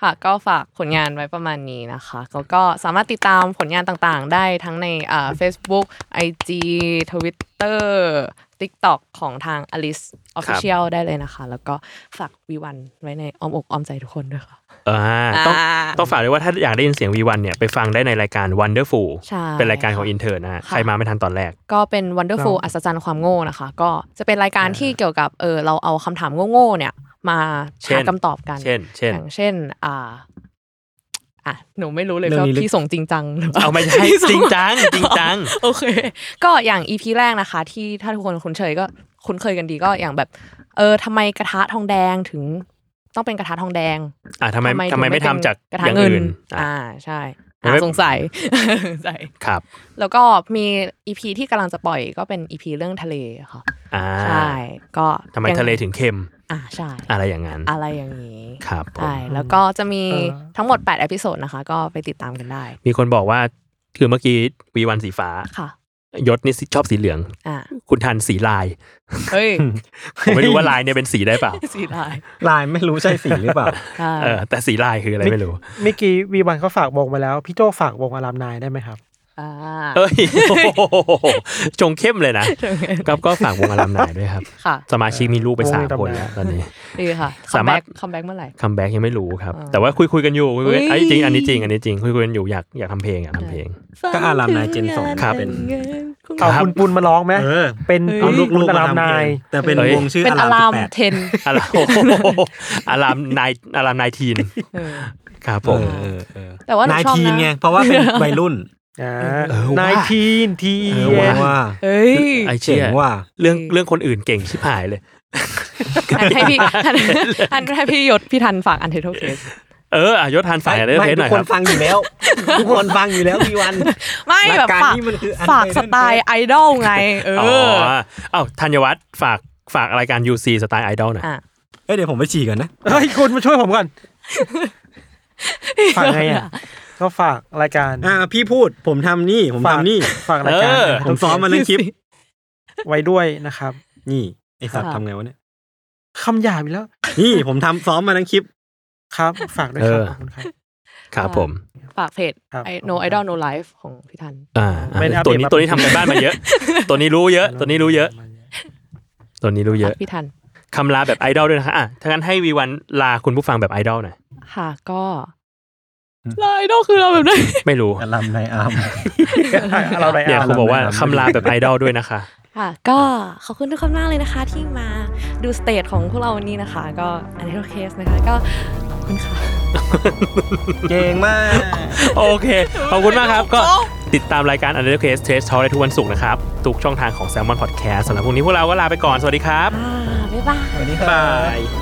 S5: ค่ะก็ฝากผลงานไว้ประมาณนี้นะคะแล้วก็สามารถติดตามผลงานต่างๆ ได้ทั้งในอ่า Facebook IG Twitter TikTok ของทาง Alice Official ได้เลยนะคะ แล้วก็ฝากวีวันไว้ในอ้อมอกอ้อมใจทุกคนด้วยค่ะ
S4: อ่าต้อง
S5: อ่า
S4: ต้องฝากด้วยว่าถ้าอยากได้ยินเสียงวีวันเนี่ยไปฟังได้ในรายการ Wonderful
S5: ใช่
S4: เป็นรายการของอินเทอร์นะฮะ
S5: ค่ะ
S4: ใครมาไม่ทันตอนแรก
S5: ก็เป็น Wonderful อัศจรรย์ความโง่นะคะ ก็จะเป็นรายการที่เกี่ยวกับเออเราเอาคำถามโง่ๆเนี่ย มา
S4: เช่
S5: หาน คำตอบกัน
S4: เช่น เช่น
S5: อย่างเช่น อ่า อ่ะหนูไม่รู้เลย
S2: เรื่อ
S5: ก็
S2: งนี้ลึก
S5: พี่ส่งจริงจังหรือปล่
S4: เอาไม่ใช่
S5: พี่ส่
S4: จริงจังจริงจัง
S5: โอเค ก็อย่างอีพีแรกนะคะ ที่ถ้าทุกคนคุ้นเคยก็คุ้นเคยกันดีก็อย่างแบบ เออทำไมกระทะทองแดงถึง ต้องเป็นกระทะทองแดง
S4: อ่าทำไมทำ
S5: ถึง
S4: ไมไม่ทำจาก
S5: เป็นกระ
S4: อ
S5: ทะ
S4: ย่าง
S5: เงิน
S4: อื่นอ่ะ
S5: อ่าใช่
S4: ทำไม
S5: อ่ะสงสัย [laughs] สงสัย
S4: ครับ
S5: แล้วก็มีอีพีที่กำลังจะปล่อยก็เป็นอีพีเรื่องทะเลค่ะ
S4: อ่า
S5: ใช่ก็
S4: ทำไม
S5: ยัง
S4: ทะเลถึงเค็ม
S5: อ่าใช่
S4: อะไรอย่างนั้น
S5: อะไรอย่างนี้
S4: ครับผม
S5: ใช่แล้วก็จะมี
S3: เออ
S5: ทั้งหมด 8 เอพิโซดนะคะ ก็ไปติดตามกันได้
S4: มีคนบอกว่าคือเมื่อกี้วีวันสีฟ้า
S5: ค่ะ
S4: ยศนี่ชอบสีเหลือง
S5: อ่า
S4: คุณทันสีลาย
S5: เฮ้ย
S4: ผมไม่รู้ว่าลายเนี่ยเป็นสีได้เปล่า
S5: [laughs] สีลาย
S2: ลายไม่รู้ใช่สีหรือเปล่า
S5: ใช่
S4: เออแต่สีลายคืออะไรไม่รู้
S3: เมื่อกี้วีวันเขาฝากวงมาแล้ว พี่โจฝากวงอารามนายได้ไหมครับ
S5: อ่า
S4: เอ้ย [laughs] โอ้โหจงเข้มเลยนะครับก็ฝากวงอารามนายด้วยครับ
S5: ค่ะ
S4: สมาชิกมีลูกไป
S3: โอ้ย
S4: สาม
S3: ตำนาน
S4: คนแล้วตอนนี้
S5: ดีค่ะ
S4: สามารถ
S5: คัมแบ็กเมื่อไหร่
S4: คัมแบ็กยังไม่รู้ครับ
S5: อ่า
S4: แต่ว่าคุยคุยกันอยู่คุยคุยกัน
S5: อุ๊ย
S4: ไอ้ยจริงอันนี้จริงอันนี้จริงคุยคุยกันอยู่อยากอยากทำเพลงอยากทำเพลง
S2: ก็อารามนายเจนสอง
S4: ครับ
S2: เป็น
S3: เอา
S4: ครับ
S3: คุณปุณมาร้องไหม
S6: เออ
S3: เป็น
S6: เอา
S3: คุณ
S6: ลูก
S3: ปุ
S6: ลู
S3: ณ
S6: ก
S3: อาราม
S6: าม ทำ
S3: นา
S6: เพล
S3: ย
S6: งแต่เป็น
S4: เอ้ย
S6: วงชื่อ
S5: เป็
S6: อา
S5: นอาราร
S6: าม
S5: ม
S6: สิบแปด
S5: เทน
S4: อารามโอ้โหอารามนายอารามนายทีน
S5: เออ
S4: ครับผ
S2: เอ
S4: ม
S2: อเออเออ
S5: แต่ว่าหนู
S2: นาย
S5: ชอบนะ
S2: ทีนไงเพราะว่าเป็นวัยรุ่น
S3: อ่า
S4: เออว่ะ
S3: นายทีนที
S2: เอ
S3: เอ
S2: อว่าว่า
S5: เฮ้ย
S4: ไอ
S2: เจ๋
S4: เชี่ย
S2: งว่า
S4: เรื่องเรื่องคนอื่นเก่งชิบหายเลย
S5: อันให้พี่อันอันให้พี่ยศพี่ทันฝากอันเทโทเคส
S4: เอออ่ะยศทานฝ่ายอันเดอร์
S6: ไม่
S4: เทสห
S6: ทุ
S4: น่อย
S6: กค
S4: ครั
S6: น
S4: บ
S6: ฟังอยู่
S2: [laughs]
S6: แล้วทุกคนฟังอยู่แล้วพี่วัน
S5: ไม่
S6: หลัก
S5: แบบ
S6: การ
S5: ฝาก
S6: นี่มันคือ
S5: ฝากส
S6: Unfair
S5: ไตล์ไอดอลไง เอ
S4: อ๋อ
S5: อ
S4: เอ้าธัญวัฒน์ฝากฝากรายการ UC สไตล์ไอดอลหน่อย
S5: อ่ะ
S2: เอ้ยเดี๋ยวผมไปฉี่ก่อนนะ
S3: เฮ้ยคุณมาช่วยผมก่อน ฝากไงอ่ะ ก็ฝากรายการ
S6: อ่าพี่พูดผมทำนี่ผมทำนี่
S3: ฝากรายการ
S4: เออ
S3: นะค
S6: ผ
S3: รับ
S6: มซ้อมมาเรื่องคลิป
S3: ไว้ด้วยนะครับ
S6: นี่ไอสัตว์ทำไงวะเนี่ย
S3: คำหยาบอีกแล้ว
S6: นี่ผมทำซ้อมมาทั้งคลิป
S3: ครับ ฝากด้วยครับ
S4: เออ
S3: ขอบคุณครับ
S4: ครับผม
S5: ฝากเพจ
S3: ครับ
S5: I- No Idol No Life ของพี่ทัน
S4: อ่าอ่า
S3: ไม่ได้อัปเดต
S4: ตัวนี้
S3: มา
S4: ตัวนี้ทำกันบ้านมาเยอะ ตัวนี้รู้เยอะ ตัวนี้รู้เยอะ ตัวนี้รู้เยอะ
S5: ฝากพี่ทัน
S4: คำลาแบบไอดอลด้วยนะคะอ่ะถ้างั้นให้วีวันลาคุณผู้ฟังแบบไอดอลหน่อย
S5: ค่ะก็ไอดอลคือเราแบบไหน
S4: ไม่รู้
S6: อลัมไนอาร์ม
S3: เราไป
S4: เนี่ย
S3: อ่าน
S4: คุณบอกว่าคำลาแบบไอดอลด้วยนะคะ
S5: ค่ะ ก็ขอบคุณทุกคนมากเลยนะคะ ที่มาดูสเตจของพวกเราวันนี้นะคะ ก็อันเทโทเคสนะคะ ก็ขอบคุณค่ะ
S6: เก่งมาก
S4: โอเค ขอบคุณมากครับ ก็ติดตามรายการ Under Case Trace Talk ได้ทุกวันศุกร์นะครับ ทุกช่องทางของ Salmon Podcast สำหรับพรุ่งนี้พวกเราก็ลาไปก่อน สวัสดีครับ
S5: อ่า บ๊ายบาย
S4: บ๊ายบาย